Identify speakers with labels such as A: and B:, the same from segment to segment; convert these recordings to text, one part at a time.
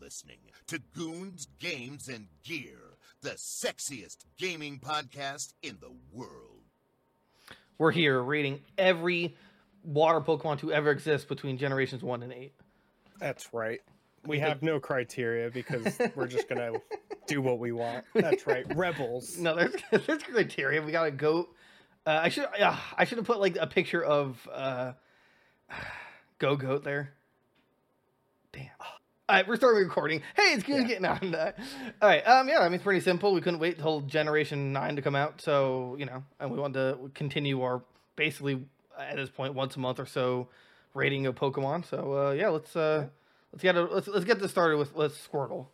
A: listening to Goons, Games, and Gear, the sexiest gaming podcast in the world.
B: We're here rating every water Pokemon to ever exist between generations one and eight.
C: That's right. We have no criteria because we're just gonna do what we want. That's right. Rebels.
B: No, there's there's criteria. We got a goat. Uh, I should uh, I should have put like a picture of uh, Go Goat there. Damn. All right, we're starting recording. Hey, it's good getting on that. All right, um, yeah, I mean it's pretty simple. We couldn't wait till Generation Nine to come out, so you know, and we wanted to continue our basically at this point once a month or so rating of Pokemon. So uh, yeah, let's uh, let's get a, let's let's get this started with let's Squirtle.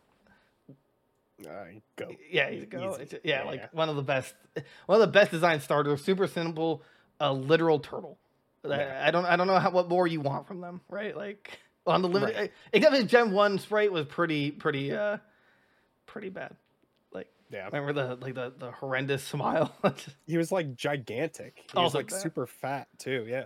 C: Uh, go.
B: Yeah, he's a
C: E-
B: girl.
C: easy.
B: It's- yeah,
C: Yeah,
B: like
C: yeah.
B: one of the best, one of the best design starters. Super simple, a literal turtle. I-
C: Yeah.
B: I don't, I don't know how, what more you want from them, right? Like on the limited, except his Gen One sprite was pretty, pretty, uh, pretty bad. Like
C: Yeah.
B: remember the like the, the horrendous smile. All
C: He was like gigantic. He was
B: Also
C: like
B: fat.
C: super fat too. Yeah.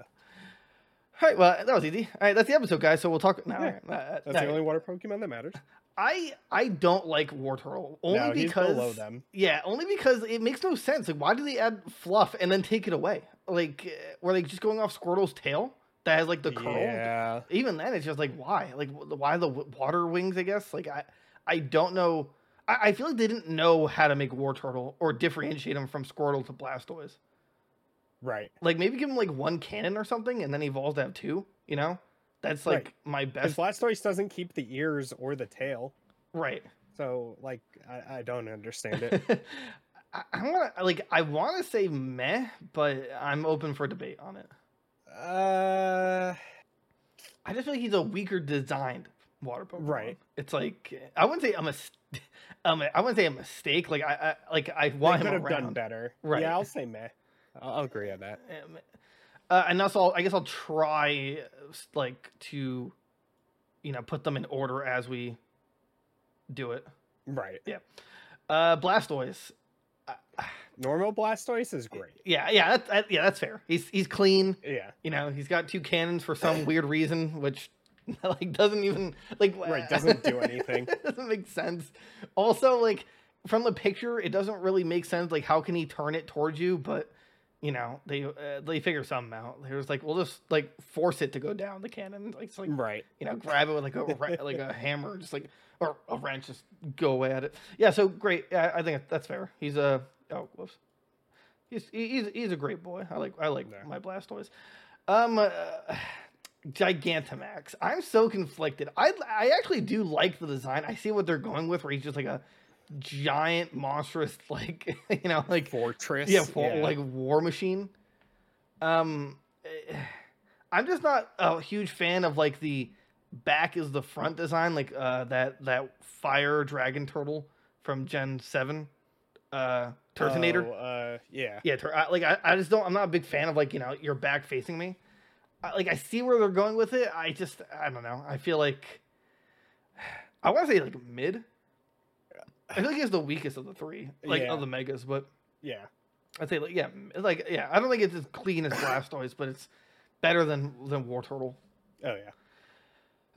B: right, well that was easy. All right, that's the episode, guys. So we'll talk now.
C: Yeah. That's the only water Pokemon that matters.
B: I I don't like War Turtle only
C: no,
B: because
C: he's below them.
B: Yeah, only because it makes no sense. Like, why do they add fluff and then take it away? Like, eh, were they just going off Squirtle's tail that has like the curl?
C: Yeah.
B: Even then, it's just like why? Like, wh- why the w- water wings? I guess. Like, I I don't know. I, I feel like they didn't know how to make War Turtle or differentiate him from Squirtle to Blastoise.
C: Right.
B: Like, maybe give him like one cannon or something, and then he evolves to have two. You know, that's like
C: Right.
B: my
C: His
B: best.
C: Blastoise doesn't keep the ears or the tail,
B: right.
C: so like I, I don't understand it.
B: I, I want to like I want to say meh, but I'm open for debate on it.
C: uh,
B: I just feel like he's a weaker designed water Pokemon.
C: Right.
B: It's like I wouldn't say I'm a, st- um, I wouldn't say a mistake. Like I, I like I
C: they
B: want
C: could
B: him
C: have
B: around.
C: done better.
B: Right.
C: Yeah, I'll say meh. I'll, I'll agree on that.
B: Um, Uh, and that's all. I guess I'll try uh, s- like to, you know, put them in order as we do it.
C: Right.
B: Uh, Blastoise.
C: Normal Blastoise is great.
B: Yeah, yeah, that, that, yeah. That's fair. He's he's clean.
C: Yeah.
B: You know, he's got two cannons for some weird reason, which like doesn't even like
C: Right, doesn't do anything.
B: doesn't make sense. Also, like from the picture, it doesn't really make sense. Like, how can he turn it towards you? But you know, they uh, they figure something out. They was like, we'll just like force it to go down the cannon. Like, it's like
C: Right.
B: you know, grab it with like a wren- like a hammer, just like or a wrench, just go away at it. Yeah, so great. Yeah, I think that's fair. He's a oh whoops, he's he- he's he's a great boy. I like I like
C: Yeah.
B: my Blastoise. Um, uh, Gigantamax. I'm so conflicted. I I actually do like the design. I see what they're going with, where he's just like a giant monstrous like you know like
C: Fortress.
B: yeah, for, like War Machine. Um, eh, I'm just not a huge fan of like the back is the front design, like uh that that fire dragon turtle from Gen Seven, uh, Turtonator.
C: Oh, uh, yeah.
B: Yeah, tur- I, like I, I just don't. I'm not a big fan of like you know your back facing me. I, like I see where they're going with it. I just I don't know. I feel like I want to say like mid. I feel like he's the weakest of the three, like
C: Yeah.
B: of the megas, but.
C: Yeah.
B: I'd say like yeah, m- like yeah. I don't think it's as clean as Blastoise, but it's better than than War Turtle.
C: Oh yeah.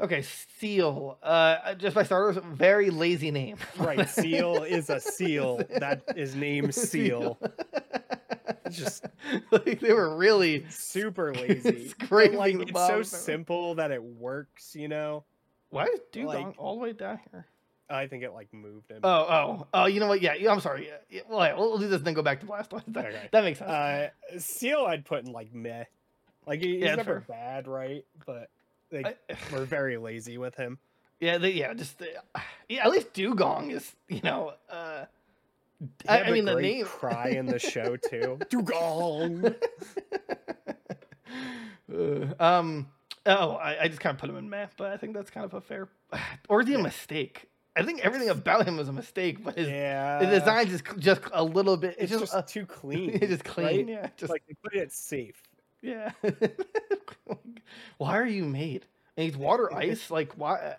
B: Okay, Seal. Uh, just by starters, very lazy name.
C: Right. Seal is a seal. That is named Seal. It's just
B: like they were really
C: super lazy. But,
B: scraping
C: like
B: the
C: it's
B: bottom
C: so
B: of it.
C: simple that it works, you know.
B: Why is Dugong
C: like-
B: all the way down here?
C: I think it like moved him.
B: Oh oh oh. You know what? Yeah, yeah, I'm sorry. Yeah, yeah, well, yeah, we'll we'll do this and then go back to Blastoise. That,
C: Okay.
B: that makes sense.
C: Uh, seal I'd put in like meh. Like he- he's
B: Yeah,
C: never
B: fair.
C: bad, right? But they
B: I-
C: we're very lazy with him.
B: yeah, they, yeah. Just uh, yeah. At least Dugong is you know. Uh,
C: He
B: I,
C: had
B: I mean the
C: great
B: name.
C: cry in the show too. Dugong.
B: Uh, um. Oh, I, I just kind of put him in math, but I think that's kind of a fair. Or is he a mistake? I think everything about him is a mistake, but his
C: Yeah.
B: the design's just just a little bit.
C: It's, just,
B: uh,
C: too clean.
B: it's just clean.
C: right?
B: Yeah. Just
C: Like they put it safe.
B: yeah. why are you made? And he's water ice. Like why?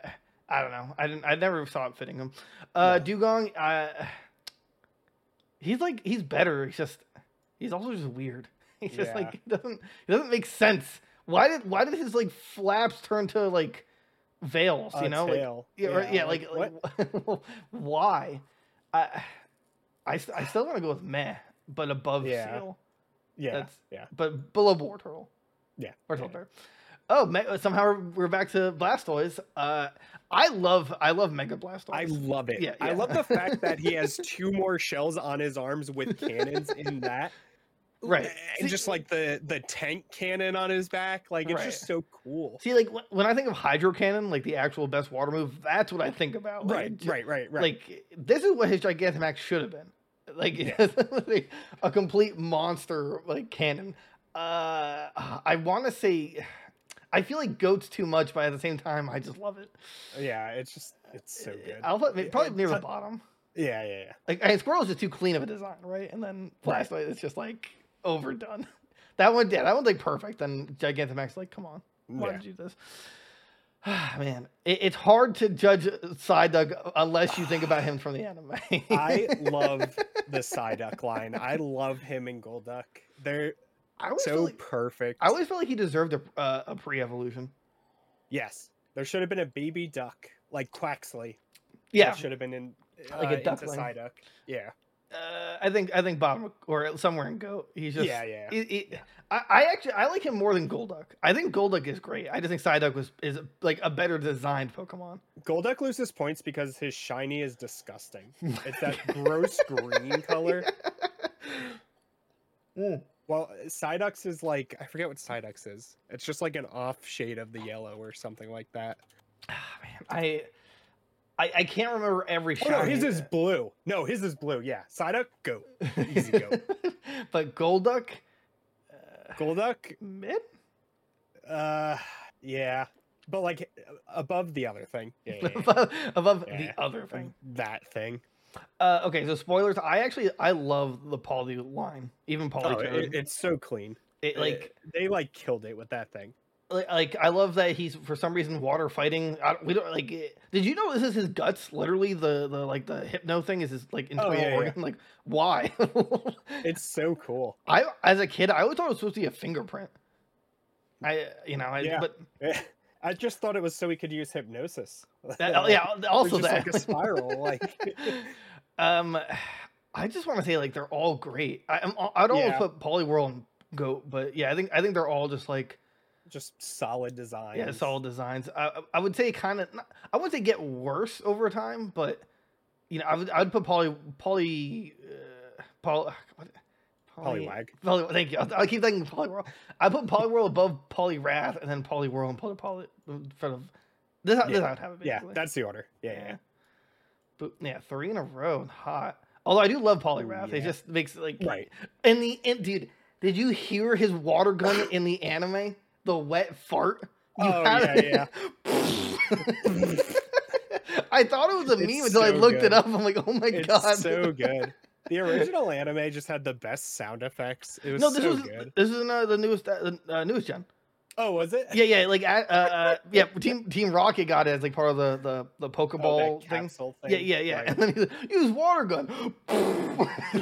B: I don't know. I didn't. I never saw it fitting him. Uh,
C: No.
B: Dugong. Uh, he's like he's better. He's just he's also just weird. He's just
C: Yeah.
B: like it doesn't it doesn't make sense. Why did why did his like flaps turn to like veils, you
C: a
B: know, like
C: tail.
B: yeah, right, yeah, like, like why? I, I, s- I still want to go with meh, but above
C: Yeah.
B: seal,
C: yeah,
B: that's-
C: yeah,
B: but below war turtle
C: yeah.
B: or
C: yeah.
B: something. Oh, me- somehow we're back to Blastoise. Uh, I love I love Mega Blastoise.
C: I love it.
B: Yeah,
C: I
B: yeah.
C: love the fact that he has two more shells on his arms with cannons in that.
B: Right.
C: And
B: See-
C: just like the the tank cannon on his back, like it's
B: Right.
C: just so cool.
B: See, like wh- when I think of Hydro Cannon, like the actual best water move, that's what I think about. Like,
C: Right,
B: ju-
C: right, right, right.
B: Like this is what his Gigantamax should have been. Like, like, a complete monster like cannon. Uh, I want to say, I feel like goats too much, but at the same time, I just love it.
C: yeah, it's just it's so good.
B: Uh, I'll put,
C: Yeah,
B: probably near the
C: it's-
B: bottom.
C: yeah, yeah, yeah.
B: Like and squirrel's just too clean of a design, right? And then
C: Right.
B: Blastoise is just like overdone. That one, yeah, that one's like perfect. Then Gigantamax, is like, come on. Why
C: Yeah.
B: did you do this? Man, it, it's hard to judge Psyduck unless you think about him from the anime.
C: I love the Psyduck line. I love him and Golduck. They're
B: I always feel
C: so
B: like,
C: perfect.
B: I always felt like he deserved a, uh, a pre-evolution.
C: yes, there should have been a baby duck like Quaxley. that
B: Yeah,
C: should have been in uh,
B: Like a
C: into
B: duckling.
C: Psyduck. Yeah,
B: uh, I think I think bottom or somewhere in Goat. He's just
C: yeah, yeah.
B: It, it, I, I actually I like him more than Golduck. I think Golduck is great. I just think Psyduck was is like a better designed Pokemon.
C: Golduck loses points because his shiny is disgusting. It's that gross green color.
B: Mm.
C: Well, Psyduck's is like I forget what Psyduck's is. It's just like an off shade of the yellow or something like that.
B: Ah, man, I, I I can't remember every
C: Oh
B: shiny.
C: no, his is blue. No, his is blue. Yeah, Psyduck, go. easy goat.
B: but Golduck, uh,
C: Golduck,
B: mid.
C: uh, yeah, but like above the other thing. Yeah, yeah, yeah.
B: above above
C: Yeah. Mm.
B: the other thing.
C: that thing.
B: Uh, okay, so spoilers. I actually I love the Pauly line, even Pauly.
C: Oh, it, it's so clean.
B: it, like
C: they like killed it with that thing.
B: like, like I love that he's for some reason water fighting. I, we don't like. eh, Did you know this is his guts? Literally, the the like the hypno thing is his like internal
C: Oh, yeah, yeah.
B: organ. Like why?
C: It's so cool.
B: I as a kid, I always thought it was supposed to be a fingerprint. I you know, I,
C: Yeah.
B: but
C: I just thought it was so we could use hypnosis.
B: that, oh,
C: Like,
B: yeah,
C: it's
B: also
C: just
B: that
C: like a spiral. Like
B: um, I just want to say like they're all great. I, I'm I don't
C: Yeah.
B: want to put Polyworld and Goat, but yeah, I think I think they're all just like
C: just solid design.
B: yeah, solid designs. I I- I would say kind of I wouldn't say get worse over time, but you know I would I would put Poly Poly uh, Poly. What,
C: Polywag.
B: Poly, thank you. I keep thinking Polyworld. I put Polyworld above Polyrath, and then Polyworld and Poly Poly in front of. This is how- this is
C: Yeah.
B: how it happened.
C: Yeah,
B: basically.
C: that's the order. Yeah, yeah.
B: Yeah. But yeah, three in a row and hot. Although I do love Polyrath. It
C: yeah.
B: just makes it like
C: yeah. Right.
B: And the and, dude, did you hear his water gun in the anime? The wet fart. You
C: Oh,
B: had-
C: yeah,
B: I thought it was a
C: It's
B: meme until I
C: so
B: looked
C: good.
B: it up. I'm like, oh my
C: It's
B: god.
C: so good. The original anime just had the best sound effects. It was
B: no, this
C: so
B: was
C: good.
B: this is uh, the newest uh, uh, newest gen.
C: Oh, was it?
B: Yeah, yeah, like uh, uh, yeah. Team Team Rocket got it as like part of the the the
C: Oh, that
B: Pokeball thing.
C: capsule thing.
B: Yeah, yeah, yeah.
C: Right.
B: And then he's like, use water gun.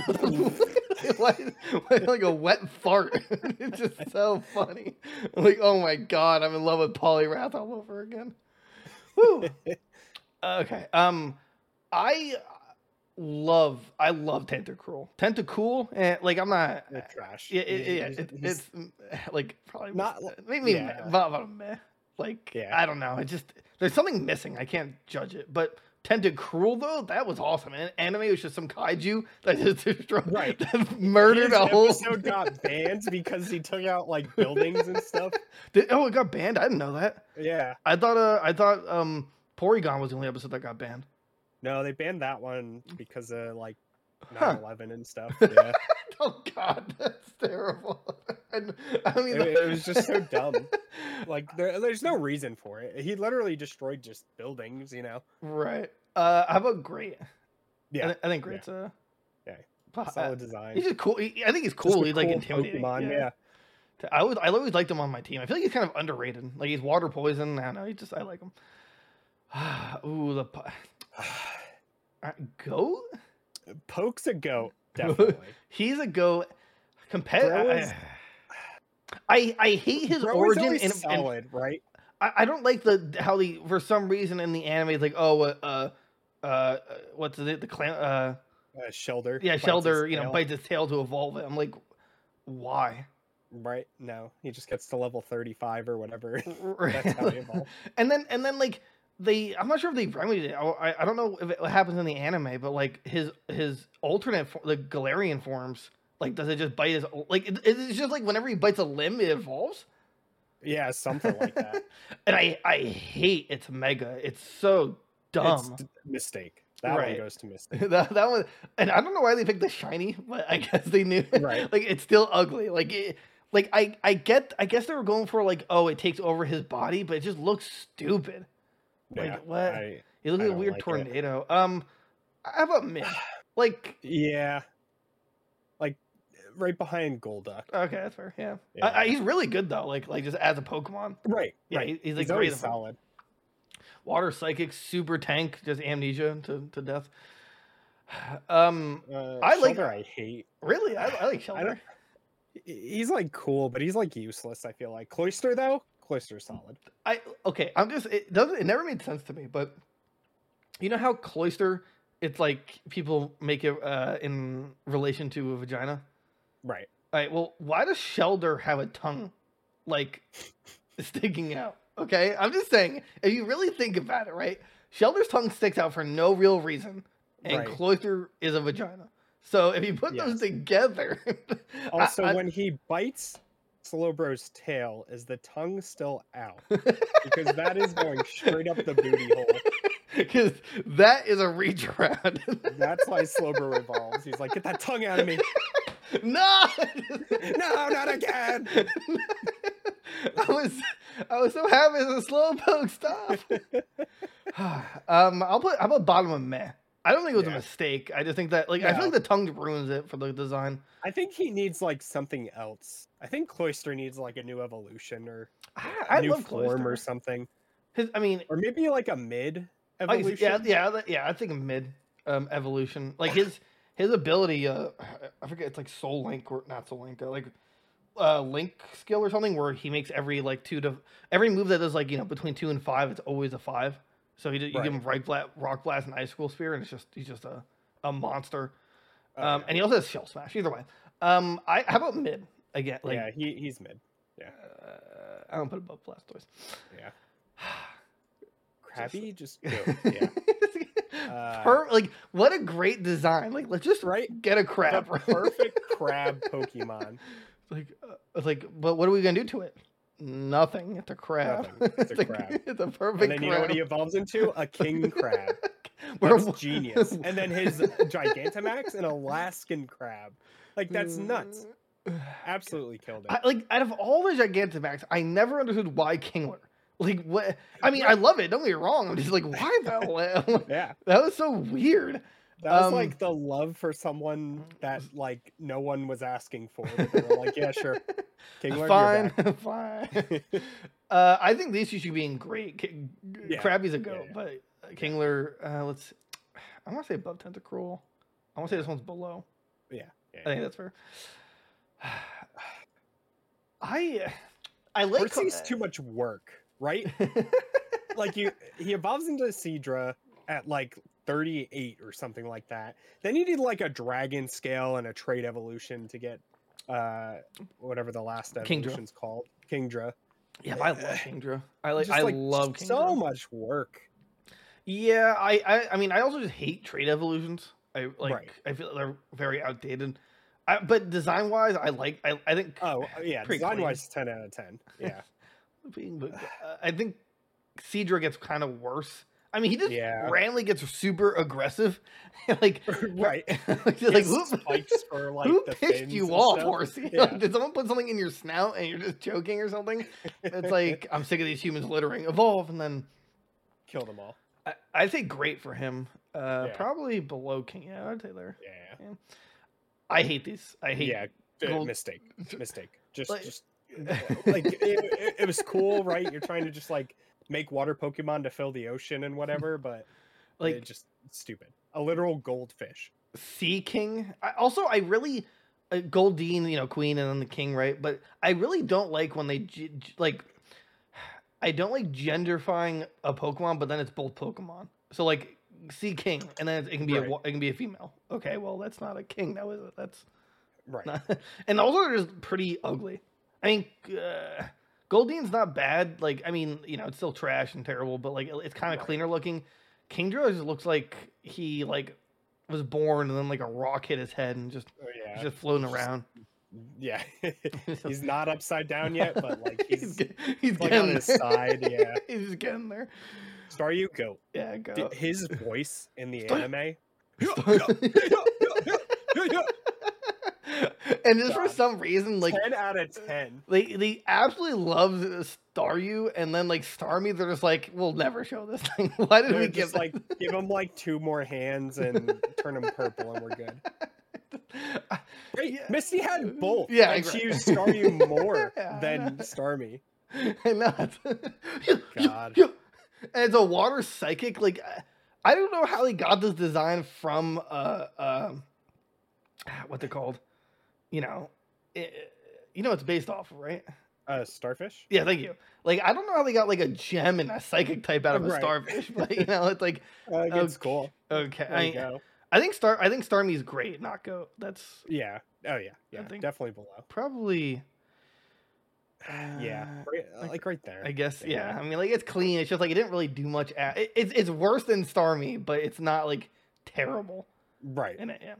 B: like, like a wet fart. it's just so funny. I'm like, oh my god, I'm in love with Polyrath all over again. Woo. okay. Um, I love, I love Tentacruel. Tentacruel, eh, like I'm not.
C: They're trash.
B: Yeah, it,
C: He's-
B: yeah,
C: he's-
B: it,
C: he's-
B: it's mm, like probably
C: Not
B: not.
C: li-
B: Maybe
C: yeah.
B: meh, but, but meh. Like
C: Yeah.
B: I don't know. It just there's something missing. I can't judge it. But Tented Cruel though, that was awesome. And anime was just some kaiju that just destroyed,
C: Right.
B: that murdered
C: his
B: a whole.
C: episode got banned because he took out like buildings and stuff.
B: Did- oh, it got banned. I didn't know that.
C: Yeah.
B: I thought. Uh, I thought. Um, Porygon was the only episode that got banned.
C: No, they banned that one because of like
B: Huh.
C: 9 11 and stuff. Yeah.
B: Oh God, that's terrible. I, n- I don't
C: it,
B: even.
C: it was just so dumb. Like, there, there's no reason for it. He literally destroyed just buildings, you know?
B: right. Uh, how about Great? I,
C: Yeah.
B: thi- I think Great's uh
C: Yeah.
B: po- uh,
C: Solid design.
B: He's just cool. He- I think he's
C: Just
B: cool.
C: a
B: He's like
C: cool
B: intimidating.
C: Pokemon, yeah.
B: T- I always, I always liked him on my team. I feel like he's kind of underrated. Like he's water poison. I don't know. He just, I like him. Ooh, the po- uh, goat.
C: Pokes a goat, definitely.
B: He's a goat. Competitive.
C: Bro is-
B: I, I hate his
C: Bro is
B: origin
C: always
B: and, and
C: solid, right?
B: I- I, I don't like the how the for some reason in the anime it's like oh uh uh, uh what's it the clan uh
C: Uh, Shelder.
B: yeah
C: bites his
B: Shelder you know
C: tail.
B: bites his tail to evolve it. I'm like why
C: Right? No, he just gets to level 35 or whatever.
B: Right.
C: That's how he evolved.
B: and then and then like they I'm not sure if they remedied it. I, I- I don't know if it happens in the anime, but like his his alternate fo- the Galarian forms like does it just bite his like it, it's just like whenever he bites a limb it evolves.
C: Yeah, something like that.
B: and I I hate it's mega. It's so dumb.
C: It's d- mistake. That
B: Right.
C: one goes to mistake.
B: that, that one and i don't know why they picked the shiny but i guess they knew
C: Right.
B: like it's still ugly like it, like i i get i guess they were going for like oh it takes over his body but it just looks stupid Like, uh,
C: Yeah,
B: what?
C: I-
B: it looks like a
C: I don't
B: weird
C: like it.
B: tornado um how about mid like
C: yeah. Like right behind Golduck.
B: okay that's fair yeah, Uh, I, I,
C: Yeah.
B: he's really good though like like just as a pokemon
C: Right.
B: yeah
C: right.
B: he- he's like great
C: always
B: at Pokemon.
C: solid.
B: water psychic super tank just amnesia to, to death um
C: Uh,
B: I like-
C: Shelder I hate.
B: really i, I like
C: I don't-
B: shelter
C: He- He's like cool, but he's like useless. I feel like Cloister though. Cloister's solid.
B: I okay. I'm just it doesn't it never made sense to me, but you know how cloister it's like people make it uh, in relation to a vagina.
C: Right.
B: All right. Well, why does Shelder have a tongue like sticking out? Okay, I'm just saying if you really think about it, right? Shelder's tongue sticks out for no real reason, and
C: Right.
B: cloister is a vagina. So if you put those
C: Yes.
B: together, I-
C: Also,
B: I-
C: when he bites Slowbro's tail, is the tongue still out? because that is going straight up the booty hole.
B: because that is a reach around.
C: That's why Slowbro evolves. He's like, get that tongue out of me.
B: no.
C: No, not again.
B: I was I was so happy as a slowpoke stop. um, I'll put I'm a bottom of meh. I don't think it was a
C: Yeah.
B: mistake. I just think that like I feel
C: No.
B: like the tongue ruins it for the design.
C: I think he needs like something else. I think Cloister needs like a new evolution or
B: I,
C: a
B: I
C: Ah, new
B: love
C: form
B: Cloister.
C: or something.
B: His, I mean,
C: Or maybe like a mid
B: I guess-
C: evolution.
B: Oh, yeah, yeah, that- yeah. I think mid um, evolution, like his his ability. Uh, I forget it's like Soul Link or not Soul Link, uh, like uh, Link skill or something, where he makes every like two to every move that does like you know between two and five, it's always a five. So he, d- you
C: Right.
B: give him right bla- rock blast and ice school spear, and it's just he's just a a monster.
C: Oh,
B: um,
C: yeah.
B: and he also has shell smash. Either way, um, I how about mid again? Like
C: yeah, he, he's mid.
B: uh, I don't put above Blastoise.
C: Yeah.
B: Just-
C: Crabby just go. Yeah. Uh,
B: Per- like what a great design! Like let's just
C: Right?
B: get a
C: The
B: crab. right?
C: perfect crab Pokemon.
B: like, uh, it's like, but what are we gonna do to it? Nothing. It's a crab.
C: Nothing. It's a
B: like-
C: crab.
B: It's a perfect
C: And then you know
B: crab.
C: what he evolves into? A king crab.
B: We're-
C: That's genius. And then his Gigantamax, an Alaskan crab. Like that's nuts. Absolutely killed
B: Mm, I,
C: it.
B: like out of all the Gigantamax, I never understood why Kingler. Like what? I mean, I love it. Don't get me wrong. I'm just like, why though?
C: Yeah,
B: that was so weird.
C: that was
B: Um,
C: like the love for someone that like no one was asking for. But they were like, yeah, sure. King Lord,
B: fine,
C: You're
B: fine.
C: back.
B: Uh, I think these two should be in great. K-
C: Yeah,
B: Krabby's a go,
C: yeah.
B: but uh, Kingler. Uh, let's. I want to say above Tentacruel. I want to say this one's below.
C: Yeah, yeah.
B: I think that's fair. I I like
C: Percy's too much work, right? like you, he evolves into Seedra at like 38 or something like that. Then you need like a dragon scale and a trade evolution to get uh whatever the last
B: Kingdra.
C: evolution's called, Kingdra.
B: yeah, but I love Kingdra. I like.
C: Just,
B: I love Kingdra.
C: so much work.
B: Yeah, I, I I mean I also just hate trade evolutions. I like
C: Right.
B: I feel they're very outdated. I, but design wise, I like I, I think
C: Oh uh, yeah,
B: Pretty
C: design
B: clean.
C: wise, ten out of ten. Yeah,
B: being but uh, I think Cedra gets kind of worse. I mean, he just
C: Yeah.
B: randomly gets super aggressive, like
C: right.
B: like,
C: He
B: just like,
C: has
B: who,
C: spikes for like
B: who
C: the
B: pissed
C: fins
B: you
C: and
B: off,
C: stuff.
B: horsey?
C: Yeah.
B: Like, did someone put something in your snout and you're just joking or something? It's like I'm sick of these humans littering. Evolve, and then
C: Kill them all.
B: I, I say great for him. Uh,
C: Yeah.
B: Probably below King. Yeah, I'd say there.
C: Yeah,
B: I hate these. I hate.
C: yeah. uh,
B: Gold-
C: Mistake, mistake. Just,
B: Like-
C: just like it, it, it was cool, right? You're trying to just like make water Pokemon to fill the ocean and whatever, but like
B: like
C: it just stupid. A literal goldfish.
B: Sea King. I, also, I really uh, Goldine, you know, Queen, and then the King, right? But I really don't like when they j- j- like. I don't like genderfying a Pokemon, but then it's both Pokemon. So like Sea King, and then it can be a
C: Right.
B: wa- it can be a female. Okay, well that's not a king now, is it? That's
C: Right.
B: not. and also they're just pretty ugly. I mean, uh, Goldine's not bad. Like I mean, you know, it's still trash and terrible, but like it's kind of
C: Right.
B: cleaner looking. Kingdra just looks like he like was born and then like a rock hit his head and just
C: Oh, yeah.
B: just floating
C: Just-
B: around.
C: yeah. he's not upside down yet, but like
B: he's,
C: he's,
B: get- he's
C: like,
B: getting
C: on his
B: there.
C: side, yeah.
B: he's just getting there.
C: Staryu Goat.
B: Yeah, go.
C: D- His voice in the
B: Staryu-
C: anime.
B: and just for
C: God.
B: some reason, like
C: ten out of ten.
B: they they absolutely love Staryu, and then like Starmie, they're just like, we'll never show this thing. Why did we
C: They're
B: give
C: just
B: like?
C: like give him like two more hands and turn him purple, and we're good. Right?
B: Yeah.
C: Misty had both.
B: Yeah,
C: and
B: right.
C: she used Staryu more
B: Yeah, I
C: than
B: know.
C: Starmie.
B: I know. it's-
C: God.
B: And it's a water psychic. Like, I- I don't know how he got this design from uh, um what they called, you know, i you know, it's based off, of, right?
C: Uh, starfish.
B: Yeah, thank you. Like, I don't know how they got like a gem and a psychic type out of a
C: Right.
B: starfish, but you know, it's like
C: Uh,
B: Okay.
C: it's cool.
B: okay.
C: There you
B: I,
C: go.
B: I think Star, I think Starmie's great. Not go. That's
C: Yeah. Oh yeah. Yeah.
B: think-
C: Definitely below.
B: probably.
C: Yeah.
B: uh,
C: Right,
B: like-
C: like, right there.
B: I guess,
C: Like,
B: yeah. I mean, like it's clean. It's just like it didn't really do much. At, it, it's it's worse than Starmie, but it's not like terrible
C: Right.
B: in it. Yeah.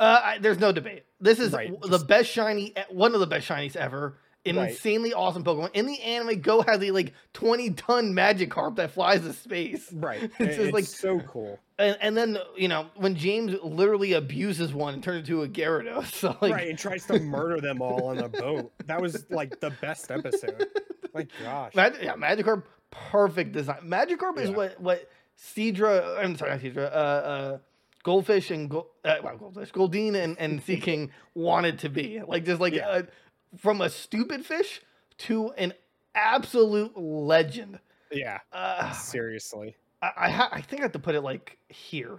B: Uh, I, there's no debate. This is
C: Right,
B: w- the
C: just-
B: best shiny, e- one of the best shinies ever. An
C: Right.
B: insanely awesome Pokemon. In the anime, Go has a like 20 ton Magikarp that flies to space.
C: Right.
B: It's
C: I-
B: just,
C: It's,
B: like-
C: so cool.
B: And, and then, you know, when James literally abuses one and turns into a Gyarados. So, like,
C: right. And tries to murder them all on the boat. That was like the best episode. My gosh.
B: Mag- yeah, Magikarp, perfect design. Magikarp is
C: Yeah.
B: what what Cedra. I'm sorry, not Cedra. Uh, uh, Goldfish and Go, uh, well, Goldfish, Goldine and and Sea King wanted to be like just like
C: Yeah.
B: uh from a stupid fish to an absolute legend.
C: yeah.
B: Uh,
C: Seriously.
B: I I, ha- I think I have to put it like here,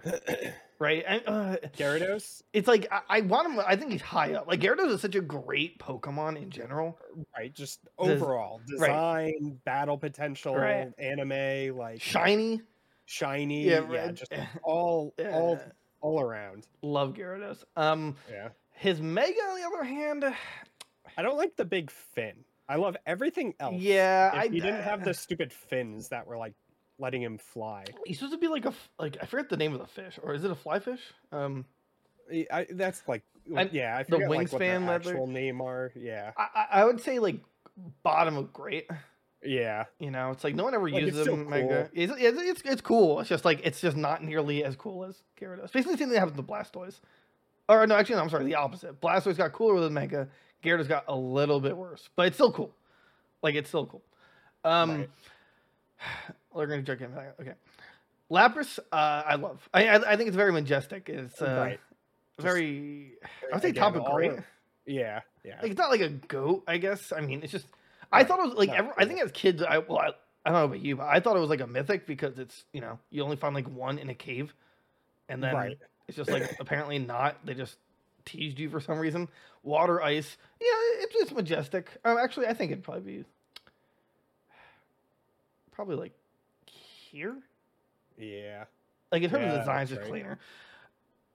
B: right? And, uh,
C: Gyarados.
B: it's like I, I want him. I think he's high up. Like Gyarados is such a great Pokemon in general.
C: Right. Just overall design, battle potential,
B: Right.
C: anime, like
B: Shiny,
C: shiny.
B: yeah,
C: Yeah.
B: right.
C: Just all
B: Yeah.
C: all all around.
B: love Gyarados. Um,
C: Yeah.
B: His Mega, on the other hand,
C: I don't like the big fin. I love everything else.
B: yeah,
C: If
B: I
C: he didn't have
B: uh,
C: the stupid fins that were like letting him fly.
B: He's supposed to be like a f- like I forget the name of the fish, or is it a fly fish? Um,
C: I- I, that's like
B: I-
C: yeah. I
B: the
C: forget like, what their
B: wingspan leather-
C: actual name are. Yeah.
B: I I, I would say like bottom of great.
C: Yeah.
B: You know, it's like no one ever
C: Like, it's
B: uses
C: still
B: them. Mega.
C: cool.
B: It's, it's, it's it's cool. It's just like it's just not nearly as cool as Gyarados. Basically, the same thing happened to Blastoise. Or no, actually, no, I'm sorry, the opposite. Blastoise got cooler with Mega. Gyarados got a little bit worse, but it's still cool. Like it's still cool. Um,
C: Right.
B: we're gonna jump in. a second, Okay, Lapras, uh, I love. I, I I think it's very majestic. It's uh,
C: Right. Just-
B: very. I would say
C: Again,
B: top of
C: all
B: great.
C: of- Yeah. Yeah.
B: Like, it's not like a goat, I guess. I mean, it's just. I
C: Right,
B: thought it was like.
C: not
B: Ever, I think as kids, I well, I, I don't know about you, but I thought it was like a mythic because it's you know you only find like one in a cave, and then
C: Right.
B: it's just like apparently not. They just teased you for some reason. Water, ice. Yeah, it's it's majestic. Um, actually, I think it'd probably be probably like here.
C: Yeah.
B: Like in terms
C: Yeah,
B: of designs,
C: that's
B: it's
C: right.
B: cleaner.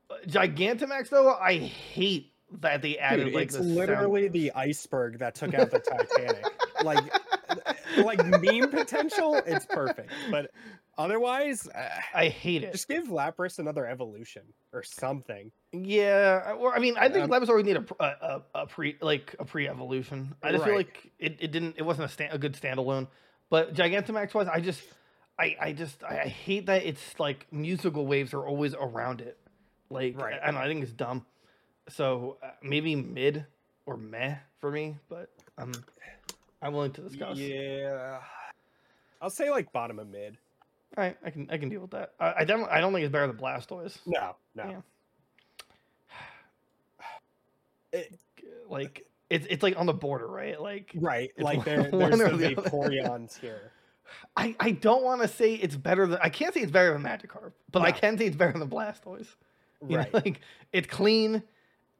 B: Uh, Gigantamax though, I hate that they added
C: Dude,
B: like
C: it's
B: the sound-
C: literally the iceberg that took out the Titanic. like, like meme potential, it's perfect. But otherwise, uh,
B: I hate it.
C: just give Lapras another evolution or something.
B: Yeah, or I mean, I think
C: Um,
B: Lapis already need a, pr- a a a pre like a pre evolution. I just feel
C: Right.
B: like it, it didn't it wasn't a, stand, a good standalone. But Gigantamax wise, I just I I just I I hate that it's like musical waves are always around it. Like
C: Right.
B: I, I don't know, I think it's dumb. So uh, maybe mid or meh for me, but um, I'm willing to discuss.
C: Yeah. I'll say like bottom of mid.
B: All right, I can I can deal with that. I, I definitely I don't think it's better than Blastoise.
C: No, no.
B: Yeah.
C: It-
B: Like it's it's like on the border, right? Like
C: right.
B: It's
C: like
B: one-
C: there,
B: one
C: there's the
B: or the other.
C: Vaporeons here.
B: I, I don't want to say it's better than I can't say it's better than Magikarp, but I
C: No.
B: can say it's better than Blastoise. You know,
C: Right.
B: like it's clean.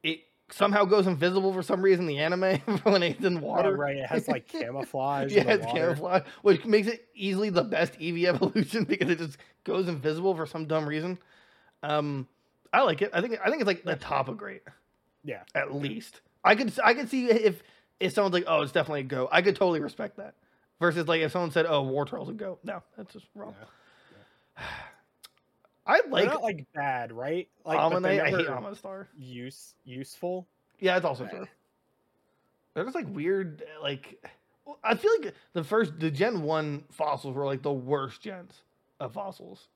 B: It somehow goes invisible for some reason in the anime when it's in water.
C: Oh, right, it has like camouflage. in
B: Yeah,
C: the
B: it's
C: water.
B: camouflage, which makes it easily the best EV evolution because it just goes invisible for some dumb reason. Um, I like it. I think I think it's like the top of great.
C: Yeah.
B: at least I could s- I could see if if someone's like, oh, it's definitely a go. I could totally respect that. Versus like if someone said, oh, War Turtle's a go. No, that's just wrong.
C: Yeah.
B: I
C: They're
B: like,
C: not like bad, right? Like but
B: Amine.
C: they're
B: I hate
C: never
B: Amon Star.
C: Use useful.
B: Yeah, that's also
C: Right.
B: true. They're just like weird, uh, like well, I feel like the first the Gen One fossils were like the worst gens of fossils.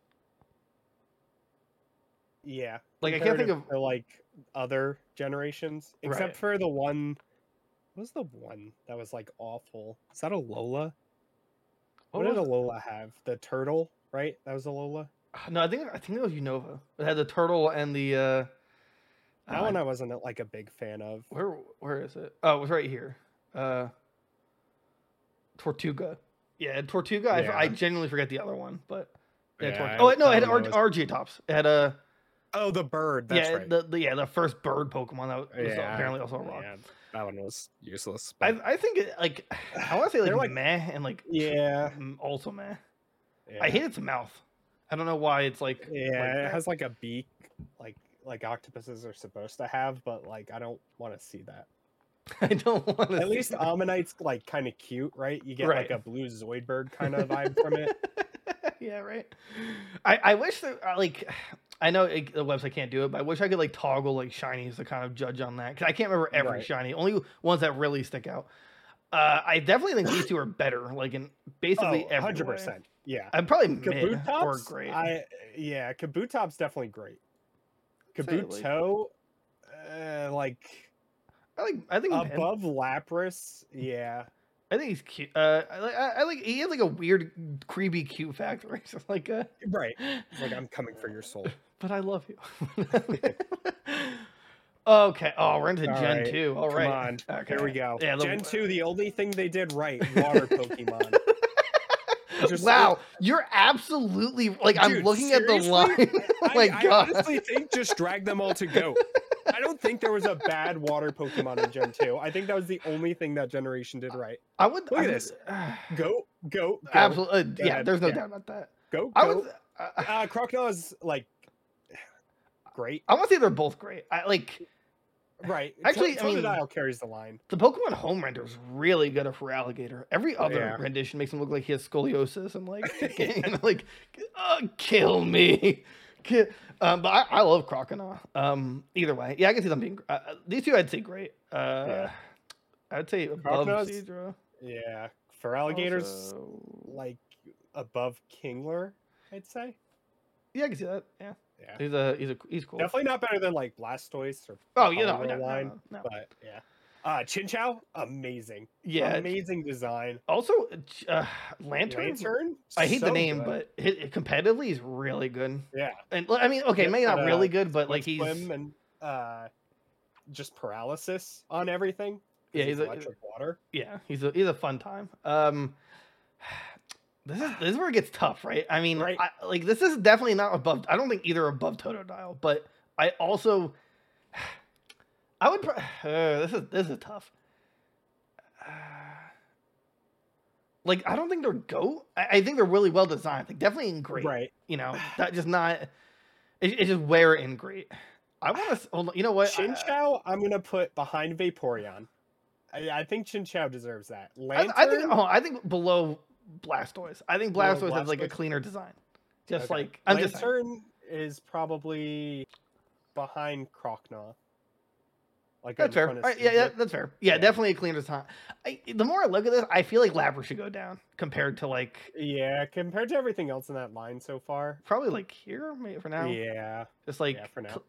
C: Yeah.
B: Like I can't think of
C: comparative to, like other generations, except
B: Right.
C: for the one. What was the one that was like awful? Is that a Lola?
B: what
C: What, did
B: was
C: a
B: it?
C: Lola have? The turtle, right? That was a Lola.
B: no, I think I think it was Unova. It had the turtle and the uh
C: That
B: uh,
C: one I wasn't like a big fan of.
B: where where is it? Oh, it was right here. Uh Tortuga. Yeah, Tortuga. I f I I,
C: Yeah.
B: genuinely forget the other one, but yeah,
C: Yeah,
B: Tortuga.
C: I-
B: oh wait, no,
C: I
B: it had
C: don't know,
B: R-
C: it's-
B: Argiotops. It had a
C: Oh, the bird. That's
B: yeah,
C: right.
B: the, the yeah the first bird Pokemon that was
C: Yeah,
B: apparently also a rock.
C: Oh, yeah, that one was useless.
B: I,
C: but-
B: I think it, like I want to say
C: They're
B: like,
C: like-
B: meh and like
C: yeah,
B: m- also meh.
C: yeah.
B: I hate its mouth. I don't know why it's like like
C: Yeah, it
B: that.
C: has like a beak, like like octopuses are supposed to have, but like I don't want to see that.
B: I don't want to.
C: At least Ammonite's like kind of cute, right? You get like
B: Right.
C: a blue Zoidberg kind of vibe from it.
B: yeah, right. I, I wish that I, like I know like, the website can't do it, but I wish I could like toggle like shinies to kind of judge on that because I can't remember every
C: Right.
B: shiny. Only ones that really stick out. Uh, I definitely think these two are better, like in basically
C: Oh,
B: every
C: hundred
B: way.
C: percent. Yeah.
B: I'm probably mid or
C: Kabutops,
B: great.
C: I yeah, Kabutop's definitely great.
B: Say, like-
C: Kabuto, uh, like
B: I like. I think. mid.
C: above Lapras, yeah.
B: I think he's cute. Uh, I, li- I, I like he has like a weird, creepy cute factor. It's just like, uh,
C: Right. It's like I'm coming for your soul.
B: but I love you. okay. Oh, we're into
C: All
B: Gen
C: right,
B: two. All
C: come
B: right.
C: on, Here we
B: okay.
C: go.
B: Yeah, the-
C: Gen 2, the only thing they did right, water Pokemon. Just-
B: wow, you're absolutely like I'm
C: Dude,
B: looking at the
C: seriously?
B: line. oh my
C: I,
B: god.
C: I honestly think just drag them all to go. I don't think there was a bad water Pokemon in Gen 2. I think that was the only thing that generation did right.
B: I would
C: look
B: I
C: at
B: would-
C: this.
B: uh,
C: Go, go, go,
B: absolutely. uh, yeah,
C: ahead,
B: there's no
C: yeah.
B: doubt about that.
C: go, go.
B: I would. I-
C: uh, Crocodile is like great,
B: I want to say they're both great. I like
C: right?
B: Actually, I mean-
C: Totodile carries the line.
B: the Pokemon home render is really good for alligator. Every other
C: Oh, Yeah.
B: rendition makes him look like he has scoliosis and like you know, like uh, kill me. Ki- Um, but I, I love Croconaw. Um, either way, yeah, I can see them being gr- uh, uh, these two. I'd say great. Uh,
C: Yeah.
B: I'd say above
C: Croconaw's
B: Seadra.
C: Yeah, for alligators,
B: also-
C: like above Kingler, I'd say.
B: Yeah, I can see that. Yeah,
C: Yeah,
B: he's a he's a he's cool.
C: definitely not better than like Blastoise or
B: Oh, you know,
C: Poliwag
B: no, no,
C: line,
B: no, no.
C: but yeah. Uh, Chinchou, amazing,
B: yeah.
C: amazing design.
B: Also, uh, Lantern.
C: Lantern,
B: I hate the
C: so
B: name,
C: good.
B: but hi- competitively, he's really good.
C: yeah,
B: And I mean, okay,
C: Yeah,
B: maybe not
C: uh,
B: really good, but like he's
C: swim and uh, just paralysis on everything. 'cause
B: Yeah, he's a-
C: electric water.
B: yeah, he's a he's a fun time. Um, this is this is where it gets tough, right? I mean,
C: Right.
B: I, like this is definitely not above. I don't think either above Totodile, but I also I would. pro- Uh, this is this is tough. Uh, like I don't think they're goat. I, I think they're really well designed. Like definitely in great.
C: Right.
B: You know, that just not. It, it's just where in great. I want to. Hold on. You know what? I-
C: Chinchou, I'm gonna put behind Vaporeon. I, I think Chinchou deserves that.
B: I,
C: Lantern,
B: I think oh, I think below Blastoise. I think
C: Below
B: Blastoise, has like a
C: Blastoise?
B: cleaner design. Just
C: Okay.
B: like I'm just saying.
C: Lantern is probably behind Crocnaw. Like
B: that's
C: in
B: fair.
C: front of
B: Alright, yeah, yeah,
C: Cedric.
B: that's fair. Yeah,
C: Yeah.
B: definitely a cleaner design. I, the more I look at this, I feel like Labra should go down compared to like
C: Yeah, compared to everything else in that line so far.
B: probably like here maybe for now.
C: Yeah,
B: Just like
C: yeah, for now.
B: cl-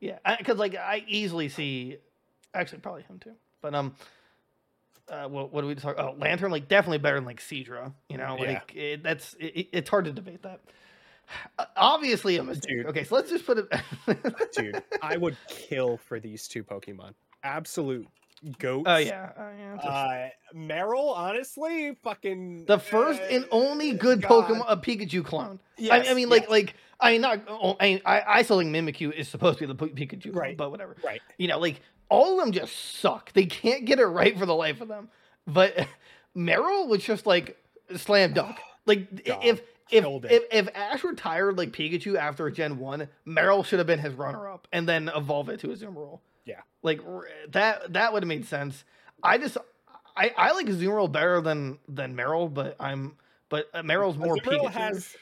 B: yeah, because like I easily see actually probably him too. But um. Uh, what, what do we talk? Oh, Lantern, like definitely better than like Cedra. You know,
C: Yeah.
B: like it, that's it, it- it's hard to debate that. Uh, obviously a mistake.
C: Dude.
B: Okay, so let's just put it. uh,
C: dude, I would kill for these two Pokemon. Absolute goats.
B: Oh yeah, oh, yeah. it's a-
C: Uh, Meryl, honestly, fucking
B: the first
C: uh,
B: and only good
C: God.
B: Pokemon, a Pikachu clone.
C: Yes,
B: I, I mean, like, like I mean, not. oh, I, mean, I I still think Mimikyu is supposed to be the P- Pikachu clone,
C: Right.
B: but whatever.
C: Right.
B: You know, like all of them just suck. They can't get it right for the life of them. But Meryl was just like slam dunk. Like
C: God,
B: if if,
C: killed it.
B: if if Ash retired like Pikachu after Gen One, Meryl should have been his runner up, and then evolve it to his Zoomerol.
C: Yeah.
B: like r- that that would have made sense. I just I I like Zoomerol better than than Meryl, but I'm but uh, Meryl's more
C: Azumarill
B: Pikachu.
C: has-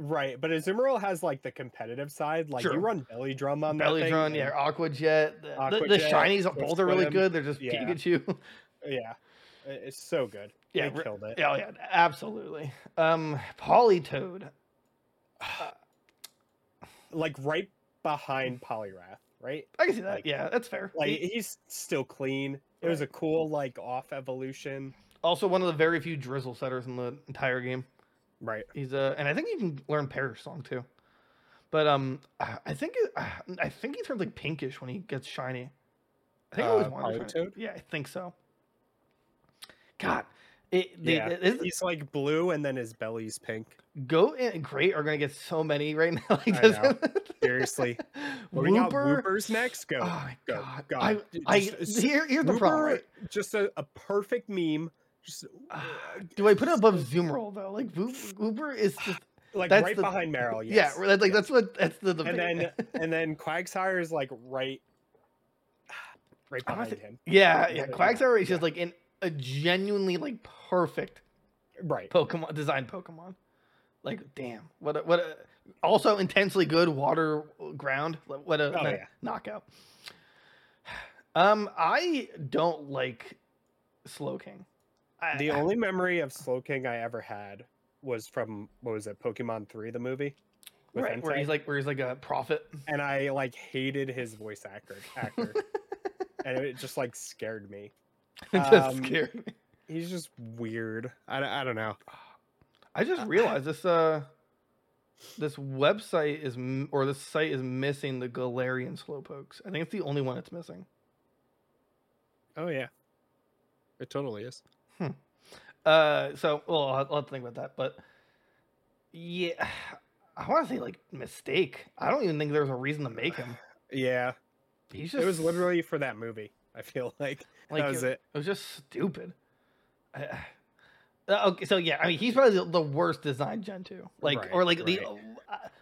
C: Right, but Azumarill has like the competitive side. Like
B: Sure.
C: you run belly drum on that
B: Belly
C: thing,
B: Drone, yeah,
C: and-
B: Aqua Jet. The, the-
C: Aqua
B: the
C: Jet,
B: shinies are
C: Swift
B: both are really
C: Swim.
B: good. They're just
C: Yeah.
B: Pikachu.
C: yeah, i- it's so good.
B: yeah,
C: they
B: re-
C: killed it.
B: yeah, oh, yeah, absolutely. Um, Polytoad.
C: Like right behind Polyrath, right?
B: I can see that.
C: Like-
B: yeah, that's fair.
C: Like
B: He-
C: he's still clean. It was a cool like off evolution,
B: also, one of the very few drizzle setters in the entire game.
C: right?
B: He's uh, and I think you can learn Parish Song too. But um, I I think it, I think he turns like pinkish when he gets shiny. I think I always
C: Uh,
B: wanted to
C: Polytoad?
B: Yeah, I think so. God, it, the,
C: Yeah,
B: it- it's-
C: He's like blue, and then his belly's pink.
B: Goat and Great are gonna get so many right now. Like,
C: I
B: just-
C: know. Seriously, But we got
B: Wooper.
C: Whoopers next. Go,
B: Oh my
C: go,
B: god!
C: go.
B: I,
C: D-
B: I
C: just-
B: here, here's the problem.
C: Wooper,
B: Right?
C: Just a, a perfect meme. Just
B: Ah, Do I put it above Zoomroll though? Like Woop- Wooper is just
C: like
B: that's
C: right
B: the-
C: behind Meryl.
B: yeah,
C: Yes.
B: right, like that's what that's the, the
C: And
B: big-
C: and then Quagsire is like right, right
B: I don't
C: behind
B: thi-
C: him.
B: yeah, yeah.
C: Yeah,
B: Quagsire is
C: yeah.
B: just like in a genuinely like perfect
C: Right.
B: Pokemon design Pokemon. Like damn, what a, what a, also intensely good water uh, ground. like, What a
C: Oh,
B: kn-
C: yeah.
B: knockout. Um, I don't like Slowking. I,
C: The only memory of Slowking I ever had was from what was it, Pokemon Three, the movie, with
B: right, where
C: Entei,
B: he's like where he's like a prophet.
C: and I like hated his voice actor, actor, and it just like scared me.
B: It just
C: Um,
B: scared me.
C: He's just weird. I, don't- I don't know.
B: I just realized this uh this website is m- or this site is missing the Galarian slowpokes. I think it's the only one it's missing.
C: Oh yeah, it totally is.
B: Uh, so well, I'll, I'll have to think about that. But yeah, I want to say like mistake. I don't even think there's a reason to make him.
C: Yeah,
B: He's just
C: it was literally for that movie. I feel like,
B: like
C: that was it.
B: It was just stupid. I, uh, okay, so yeah, I mean, he's probably the, the worst design Gen two, like or
C: Right,
B: like the uh,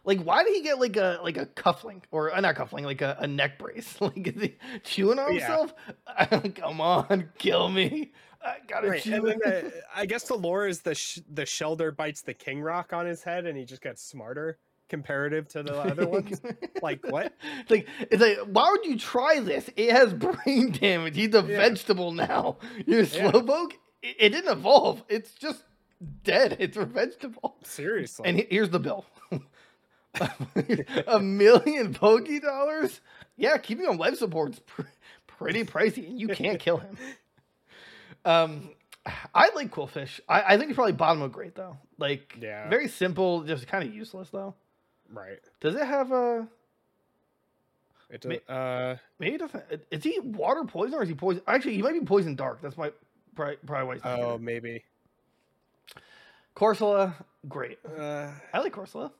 B: like. Why did he get like a like a cufflink or uh, not cufflink, like a, a neck brace? like is he chewing on
C: Yeah.
B: himself? Come on, kill me! I gotta
C: Right, and
B: chew.
C: then the, I guess the lore is the sh- the Shelder bites the King Rock on his head, and he just gets smarter comparative to the other ones. like, what?
B: Like it's like why would you try this? It has brain damage. He's a
C: Yeah.
B: vegetable now. You're a
C: Yeah.
B: slowpoke. It, it didn't evolve. It's just dead. It's a vegetable.
C: Seriously,
B: And he- here's the bill. a million pokey dollars? Yeah, keeping on web support's pr- pretty pricey, and you can't kill him. Um, I like Quillfish. I, I think he's probably bottom of great though. Like,
C: Yeah.
B: very simple, just kind of useless though.
C: right?
B: Does it have a?
C: It
B: Ma-
C: does, uh,
B: Maybe it doesn't. i- Is he water poison or is he poison? Actually, he might be poison dark. That's my probably, probably why he's not.
C: oh,
B: Oh,
C: maybe.
B: Corsola, great.
C: Uh,
B: I like Corsola.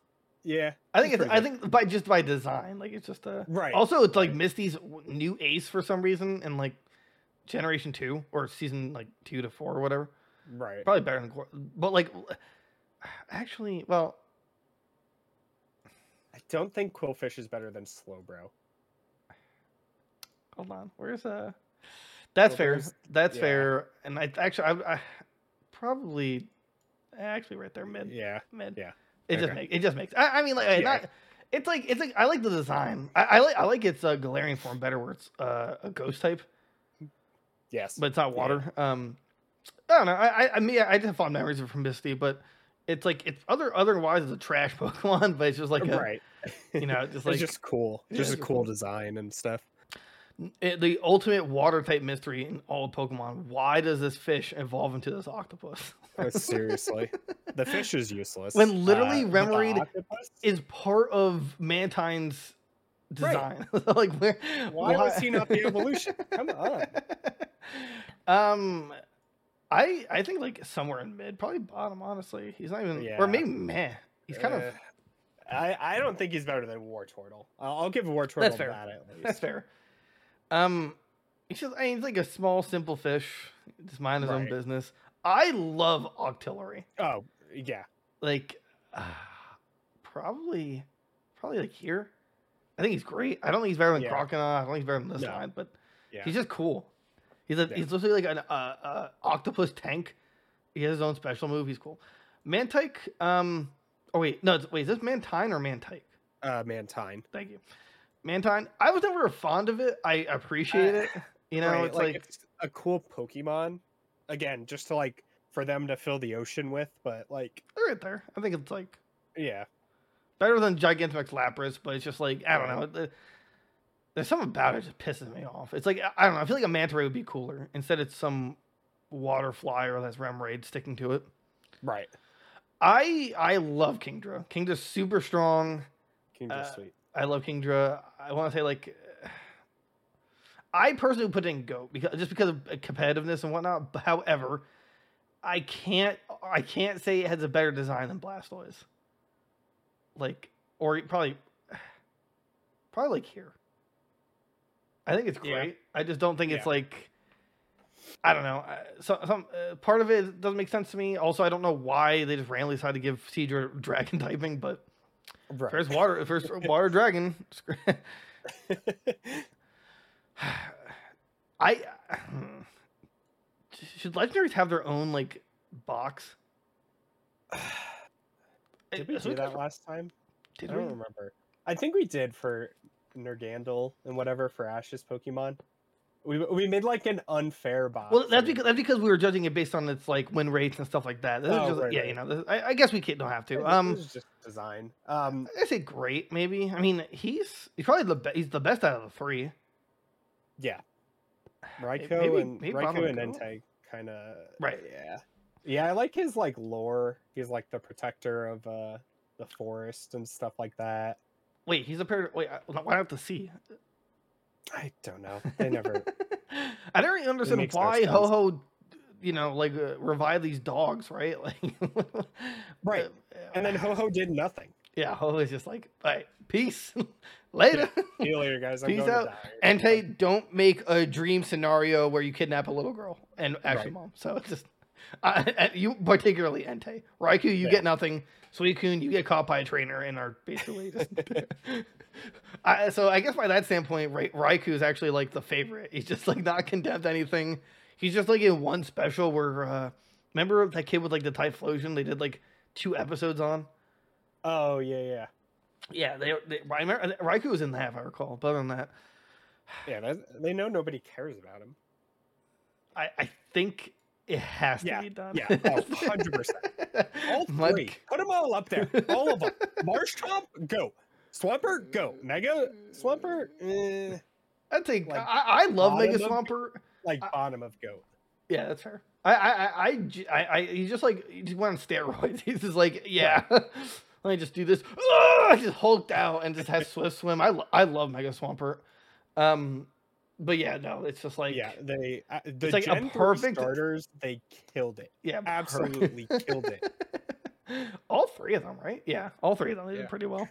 C: yeah,
B: I think
C: It's
B: it's. I
C: pretty
B: think by just by design, like it's just a.
C: right.
B: Also, it's like Misty's w- new ace for some reason in like Generation Two or season like two to four or whatever.
C: right.
B: Probably better than, Cor- but like l- actually, well,
C: I don't think Quillfish is better than Slowbro.
B: hold on. Where's uh? That's
C: Well,
B: fair.
C: there's-
B: That's
C: yeah.
B: fair. And I actually, I, I probably actually right there mid
C: Yeah,
B: mid.
C: yeah,
B: It just
C: okay.
B: makes it just makes. I, I mean, like I-
C: Yeah.
B: not. It's like it's like I like the design. I, I like I like its uh, Galarian form better, where it's uh, a ghost type.
C: yes,
B: but it's not
C: Yeah.
B: water. Um, I don't know. I, I, I mean, I just have fond memories of from Misty, but it's like it's other otherwise it's a trash Pokemon, but it's just like a,
C: right.
B: you know, just like
C: it's just cool.
B: Yeah,
C: just a
B: it's
C: cool
B: cool.
C: design and stuff.
B: it- the ultimate water type mystery in all Pokemon. Why does this fish evolve into this octopus?
C: Uh, Seriously, the fish is useless.
B: When literally
C: but the
B: Remoraid
C: octopus?
B: Is part of Mantine's design. like where?
C: Why was he not the evolution? Come on.
B: Um, I I think like somewhere in mid, probably bottom. Honestly, he's not even,
C: Yeah.
B: or maybe meh. He's kind
C: Uh,
B: of
C: I, I don't think he's better than War Turtle. I'll, I'll give War Turtle
B: fair.
C: that at least.
B: That's fair. Um, It's just, I mean, it's like a small, simple fish, just mind his own
C: Right.
B: business. I love Octillery.
C: Oh, yeah.
B: Like, uh, probably, probably like here. I think he's great. I don't think he's better than
C: Yeah.
B: Crocodile. I don't think he's better than this
C: No.
B: line, but
C: Yeah.
B: he's just cool. He's a,
C: Yeah.
B: he's literally like an uh, uh, octopus tank. He has his own special move. He's cool. Mantike. Um. Oh wait, no. It's, wait, is this Mantine or Mantike?
C: Uh, Mantine.
B: Thank you. Mantine. I was never fond of it. I appreciate
C: Uh,
B: it. You know,
C: Right,
B: it's like,
C: it's a cool Pokemon. Again, just to like for them to fill the ocean with, but like,
B: they're right there. I think it's like
C: yeah,
B: better than Gigantamax Lapras, but it's just like I don't know. the- there's something about it that just pisses me off. It's like I- I don't know. I feel like a manta ray would be cooler. Instead, it's some water flyer that's Remoraid sticking to it.
C: right.
B: I I love Kingdra. Kingdra's super strong.
C: Kingdra's
B: Uh,
C: sweet.
B: I love Kingdra. I want to say like I personally would put it in Goat because just because of uh, competitiveness and whatnot. But however, I can't I can't say it has a better design than Blastoise. Like or probably probably like here. I think it's great.
C: Yeah.
B: I just don't think
C: Yeah.
B: it's like I don't know. I- So, some uh, part of it doesn't make sense to me. Also, I don't know why they just randomly decided to give Seedra dragon typing, but
C: Right.
B: First water, first water dragon. I should legendaries have their own like box.
C: did we
B: That's what
C: do
B: it
C: that
B: comes from.
C: last time?
B: Did
C: I don't
B: we?
C: remember. I think we did for Nergandal and whatever for Ash's Pokemon. We we made like an unfair box.
B: Well, that's
C: and-
B: because that's because we were judging it based on its like win rates and stuff like that. This is
C: Oh,
B: just-
C: right,
B: yeah,
C: right.
B: you know. This, I, I guess we can't, don't have
C: Yeah,
B: to.
C: this-
B: Um,
C: this is just design. Um,
B: I say great, maybe. I mean, he's he's probably the be- he's the best out of the three.
C: yeah.
B: Maybe-
C: Raikou
B: maybe-
C: and
B: maybe
C: Raikou and
B: Bonacool?
C: Entei kind of
B: Right.
C: Yeah, yeah. I like his like lore. He's like the protector of uh the forest and stuff like that.
B: Wait, he's a pair. Wait, I, why do I have to see?
C: I don't know. They never.
B: I don't really understand
C: makes no
B: why
C: sense.
B: Ho Ho, you know, like uh, revive these dogs, right? Like,
C: Right.
B: uh,
C: and then Ho Ho did nothing.
B: yeah, Ho Ho's just like, all right, peace, later.
C: See you later, guys. I'm
B: Peace
C: going
B: out.
C: to die.
B: And hey, don't make a dream scenario where you kidnap a little girl and actually
C: Right.
B: mom. So it's just I, I- you particularly Entei. Raikou, you
C: Yeah.
B: get nothing. Suicune, you get caught by a trainer and are basically just. I, so I guess by that standpoint, Ra- Raikou is actually like the favorite. He's just like not condemned to anything. He's just like in one special where uh remember that kid with like the Typhlosion? They did like two episodes on.
C: Oh yeah, yeah,
B: Yeah, they, they I remember, uh, Raikou was in that, if I recall. But other than that,
C: yeah. that- They know nobody cares about him.
B: I, I think it has to
C: Yeah,
B: be done.
C: yeah, oh, 100%. All three.
B: My-
C: Put them all up there. All of them. Marshtomp, go. Swamper, go. Mega Swamper, eh,
B: I think
C: like,
B: I, I love Mega
C: bottom of-
B: Swamper.
C: like
B: I-
C: bottom of goat.
B: Yeah, that's fair. I I I, I, j- I- I- he's just like he just went on steroids. He's just like yeah. Let me just do this. I just hulked out and just has swift swim. I, lo- I love Mega Swamper, um, but yeah, no, it's just like
C: yeah, they uh, the
B: like a
C: Gen three
B: perfect-
C: starters. They killed it.
B: yeah, per-
C: Absolutely killed it.
B: all three of them, right? Yeah, all three of them. They
C: Yeah.
B: did pretty well.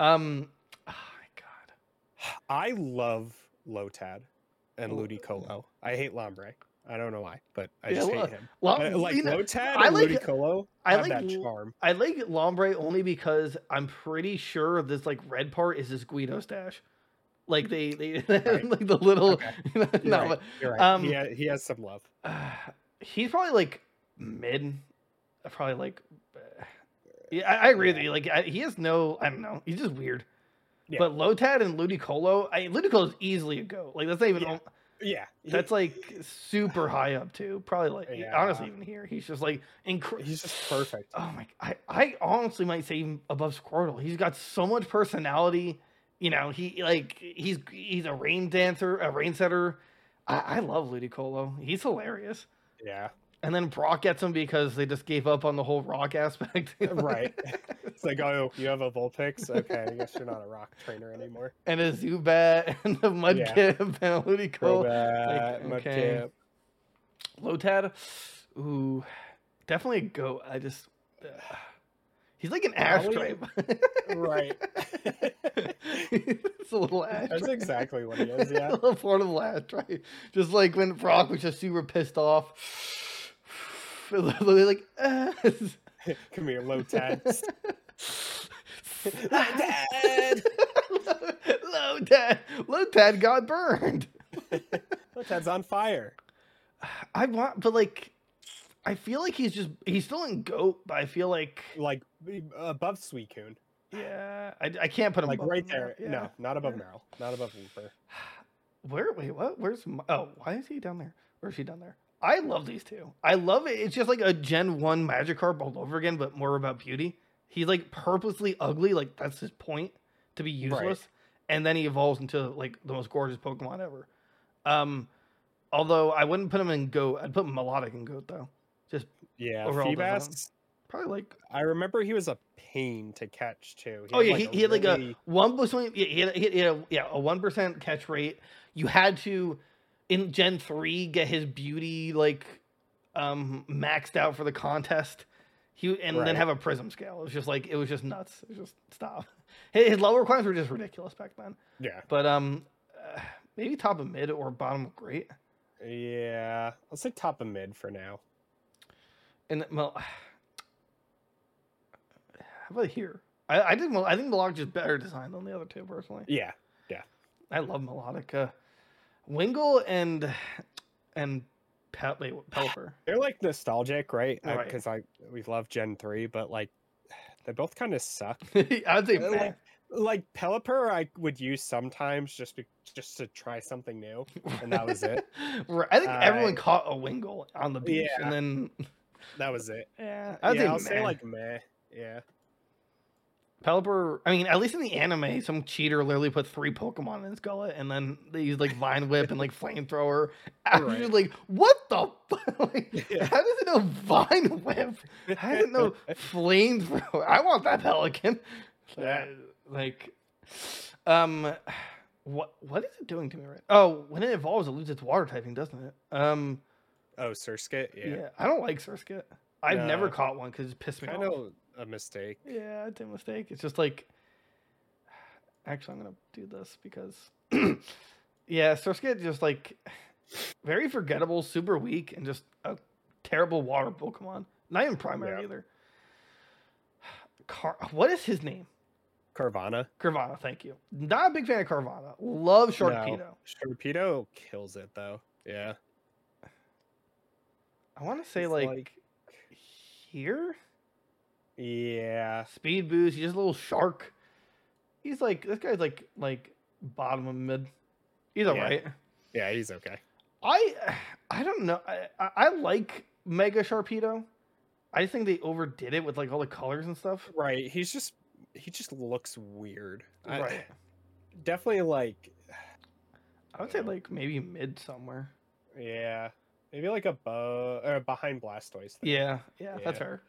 B: Um, oh my god,
C: I love Lotad and
B: L-
C: Ludicolo. I hate Lombre. I don't know why, but I
B: Oh. Yeah,
C: just hate
B: look,
C: him.
B: Lo-
C: But, like
B: you know-
C: Lotad
B: I
C: and
B: like-
C: Ludicolo
B: I
C: have
B: like
C: that
B: L-
C: charm.
B: I like Lombre only because I'm pretty sure this like red part is this Guido stash. Like they they
C: Right.
B: like the little
C: Okay.
B: you know,
C: You're
B: no,
C: right.
B: but,
C: You're right.
B: um,
C: he, ha- he has some love.
B: uh, he's probably like mid, uh, probably like uh, yeah. I, I agree with
C: Yeah.
B: you. Like I, he has no, I don't know. He's just weird.
C: Yeah.
B: But Lotad and Ludicolo, I Ludicolo's easily a go. Like that's not even
C: Yeah.
B: on-
C: Yeah, he-
B: that's like super high up too. Probably like he- honestly
C: Yeah.
B: even here. He's just like incredible.
C: he's just perfect.
B: Oh my! I, I honestly might say even above Squirtle. He's got so much personality. You know, he like he's he's a rain dancer, a rain setter. I, I love Ludicolo. He's hilarious.
C: Yeah,
B: And then Brock gets him because they just gave up on the whole rock aspect.
C: right. It's like, oh, you have a Vulpix? Okay, I guess you're not a rock trainer anymore.
B: and a Zubat and a
C: Yeah.
B: Mudkip and a Ludicolo.
C: Crobat,
B: okay.
C: Mudkip.
B: Lotad, ooh, definitely a goat. I just, uh, He's like an
C: Probably.
B: airstrip.
C: right.
B: it's a little ash.
C: That's
B: tray.
C: exactly what it is.
B: a
C: Yeah.
B: little portable ash tray. Just like when Brock was just super pissed off. Literally like, uh,
C: Come here, low tabs.
B: low dad, low dad got burned.
C: Low tabs on fire.
B: I want, but like, I feel like he's just he's still in goat, but I feel like
C: Like above Suicune.
B: yeah, I, I can't put him
C: Like
B: above
C: right
B: him
C: there.
B: Yeah.
C: No, not above
B: yeah.
C: Meryl. Not above Reaper.
B: Where? Wait, what? Where's? My, oh, why is he down there? Or is she down there? I love these two. I love it. It's just like a Gen One Magikarp all over again, but more about beauty. He's like purposely ugly. Like that's his point to be
C: Right.
B: useless, and then he evolves into like the most gorgeous Pokemon ever. Um, although I wouldn't put him in Goat. I'd put Melodic in Goat though.
C: Yeah.
B: Overall design.
C: Feebas.
B: Probably like
C: I remember he was a pain to catch too.
B: Oh yeah, he, he had like
C: really-
B: a one percent. Yeah, he had, he had- he had a, yeah a one percent catch rate. You had to in Gen three get his beauty like um maxed out for the contest. He and
C: Right.
B: then have a prism scale. It was just like it was just nuts. It was just stop. His, his level requirements were just ridiculous back then.
C: yeah,
B: But um, uh, maybe top of mid or bottom of great.
C: yeah. Let's say top of mid for now.
B: And well, how about here? I, I did. I think Malak just better design than the other two personally.
C: Yeah,
B: I love melodica. Wingle and and Pet wait, what- Pelipper.
C: they're like nostalgic, right?
B: Right.
C: Because I we love Gen three, but like they both kind of suck.
B: I'd say
C: Uh, like-
B: Mac.
C: Like Pelipper, I would use sometimes just be, just to try something new, and that was it.
B: Right. I think everyone
C: I-
B: caught a Wingle on the beach,
C: Yeah.
B: and then
C: That was it.
B: yeah, I'd
C: yeah, I'll
B: say,
C: say
B: like
C: like meh. Yeah,
B: Pelipper. I mean, at least in the anime, some cheater literally put three Pokemon in his gullet, and then they used like Vine Whip and like Flamethrower. I was
C: Right.
B: just like, what the? Fu-? like,
C: Yeah.
B: How does it know Vine Whip? I didn't know flamethrower. I want that pelican.
C: Yeah.
B: Uh, Like, um, what what is it doing to me right? Oh, when it evolves, it loses its water typing, doesn't it? Um,
C: oh, Surskit,
B: yeah.
C: yeah,
B: I don't like Surskit. I've never
C: No.
B: caught one because it pissed me
C: kind
B: off.
C: of a mistake.
B: Yeah, it's a mistake. It's just like, actually, I'm gonna do this because, yeah, Surskit just like very forgettable, super weak, and just a terrible water Pokemon. Not even primary
C: Yeah.
B: either. Car, what is his name?
C: Carvana,
B: Carvana. Thank you. Not a big fan of Carvana. Love Sharpedo.
C: No. Sharpedo kills it though. Yeah,
B: I want to say
C: It's
B: like,
C: like-
B: here,
C: yeah.
B: speed boost. He's just a little shark. He's like this guy's like like bottom of mid. He's
C: Yeah.
B: alright.
C: Yeah, he's okay.
B: I I don't know. I, I I like Mega Sharpedo. I just think they overdid it with like all the colors and stuff.
C: Right. He's just he just looks weird. I- eh,
B: right.
C: Definitely like
B: I would say
C: know.
B: like maybe mid somewhere.
C: yeah. Maybe like above or behind Blastoise. there.
B: Yeah, yeah, that's
C: Yeah.
B: fair.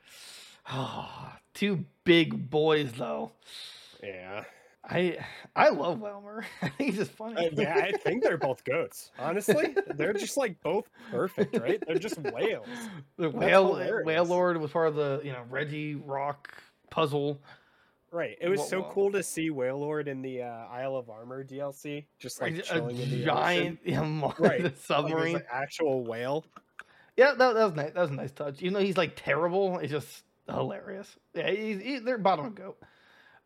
B: Two big boys though.
C: Yeah.
B: I I love Wilmer. I think he's just funny.
C: I, yeah, I think they're both goats. Honestly, they're just like both perfect, right? They're just whales.
B: The whale whale
C: hilarious.
B: lord was part of the you know Reggie Rock puzzle.
C: Right. It was
B: Wha-
C: so
B: wha-
C: cool to see Whale Lord in the uh, Isle of Armor DLC, just like
B: a
C: chilling in the
B: giant yeah,
C: Right, ocean. Like, there's
B: submarine.
C: an actual whale.
B: Yeah, that, that was nice. That was a nice touch. Even though he's like terrible, it's just hilarious. Yeah, he's, he, they're bottom goat.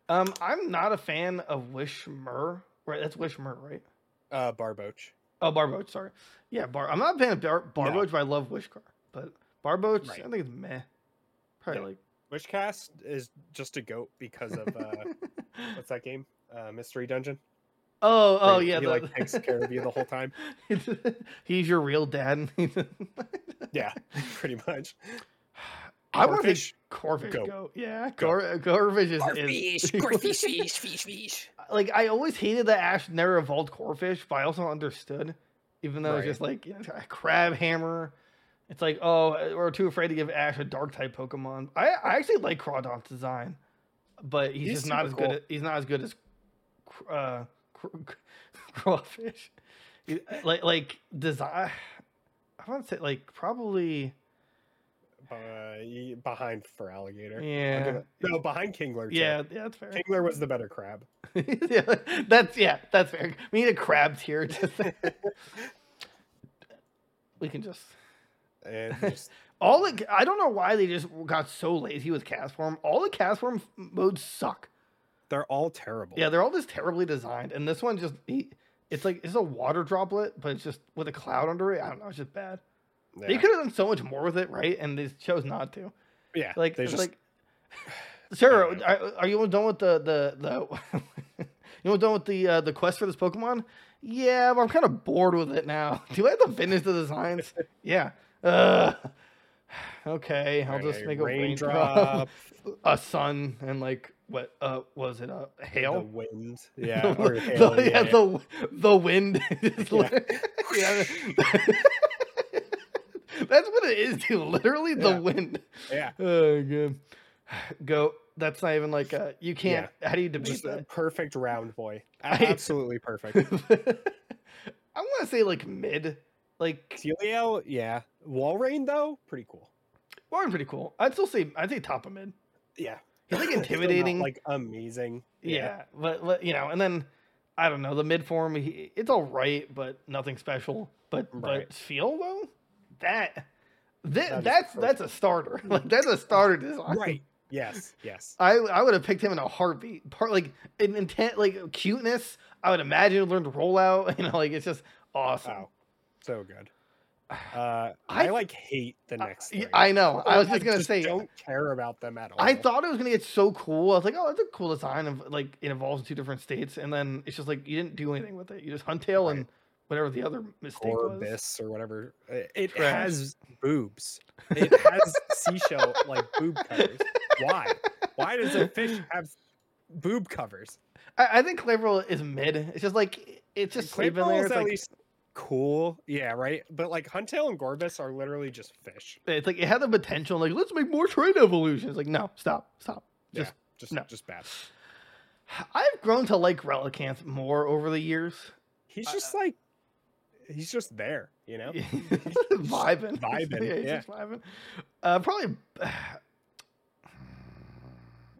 B: Um, I'm not a fan of Wishmer. Right, that's Wishmer, right?
C: Uh Barboach.
B: Oh, Barboach. Sorry. Yeah, Bar. I'm not a fan of Bar- Barboach, but I love Wishcar. But Barboach,
C: Right.
B: I think it's meh. Probably
C: Wishcast is just a goat because of uh
B: like.
C: what's that game? Uh Mystery Dungeon.
B: oh, oh
C: he,
B: yeah.
C: he
B: the-
C: like takes care of you the whole time.
B: he's your real dad.
C: Yeah, pretty much.
B: I want to be
C: Corfish,
B: Corvish
C: go.
B: goat. Yeah,
C: Go.
B: Cor- Corvish is, is
D: fish, fish, fish.
B: like I always hated that Ash never evolved Corfish, but I also understood, even though it's
C: Right.
B: just like you know, a crab hammer. It's like oh, we're too afraid to give Ash a dark type Pokemon. I, I actually like Crawdon's design, but he's,
C: He's
B: just not
C: super
B: as
C: cool.
B: good. At, he's not as good as Cr- uh, Cr- Crawfish. He- uh, Like like design. I want to say like probably
C: uh, behind for alligator. I'll give
B: Yeah.
C: it- No, behind Kingler. too.
B: Yeah, yeah, that's fair.
C: Kingler was the better crab.
B: yeah, that's yeah, that's fair. We need a crab tier. Just we can just
C: And just,
B: all. The, I don't know why they just got so lazy with cast form. All the cast form f- modes suck.
C: they're all terrible.
B: Yeah, they're all just terribly designed, and this one just he, it's like it's a water droplet, but it's just with a cloud under it. I don't know, it's just bad. They
C: Yeah.
B: could have done so much more with it, right? And they chose not to.
C: Yeah,
B: Like,
C: they
B: it's
C: just
B: like, sir,
C: don't know.
B: are, are you all done with the the the? you all done with the uh, the quest for this Pokemon? Yeah, but I'm kind of bored with it now. Do I have to finish the designs? yeah. Uh, okay, I'll just
C: Alright,
B: make a raindrop,
C: raindrop,
B: a sun, and like what? Uh, was it a
C: the
B: hail?
C: wind.
B: The-
C: Yeah, or
B: the-
C: hail,
B: yeah,
C: yeah,
B: the the wind. Just
C: Yeah.
B: li- yeah. That's what it is, dude. Literally, the
C: Yeah.
B: wind.
C: yeah.
B: Oh, good. Go. That's not even like a. You can't. How do you debate
C: Just a
B: that?
C: perfect round boy.
B: I-
C: Absolutely perfect.
B: I want to say like mid. Like
C: Celio, yeah. Walrein though, pretty cool.
B: Warren, pretty cool. I'd still say I'd say top of mid.
C: Yeah.
B: He's like
C: Still not,
B: intimidating.
C: like amazing.
B: yeah, but, but, you know, and then I don't know the mid form. He, it's all right, but nothing special. But
C: Right.
B: but feel though that. thi-
C: That is
B: that's
C: perfect.
B: that's a starter. Like that's a starter design.
C: Right. Yes. Yes.
B: I I would have picked him in a heartbeat. Part like in intent, like cuteness. I would imagine he'd learn to roll out. You know, like it's just awesome.
C: Wow. So good. Uh,
B: I
C: I,
B: th-
C: like hate the next.
B: Yeah,
C: three.
B: I know. I was
C: Like,
B: just gonna say.
C: don't care about them at all.
B: I thought it was gonna get so cool. I was like, oh, that's a cool design. Of like it evolves in two different states, and then it's just like you didn't do anything with it. You just Huntail
C: Right.
B: and whatever the other mistake was.
C: Orbis or whatever. It, it
B: Trash.
C: has boobs. It has seashell like boob covers. Why? Why does a fish have boob covers?
B: I, I think Claverol is mid. It's just like it's just sleeping
C: Claypool
B: there.
C: is
B: It's
C: at
B: like,
C: least cool. Yeah, right. But like Huntail and Gorbis are literally just fish.
B: it's like it had the potential. Like let's make more trade evolutions. Like no, stop, stop.
C: Yeah,
B: Just
C: just
B: no.
C: just bad.
B: I've grown to like Relicanth more over the years.
C: He's
B: I-
C: just like he's just there, you know?
B: vibing.
C: vibing,
B: he's
C: yeah.
B: just vibing. Uh, probably.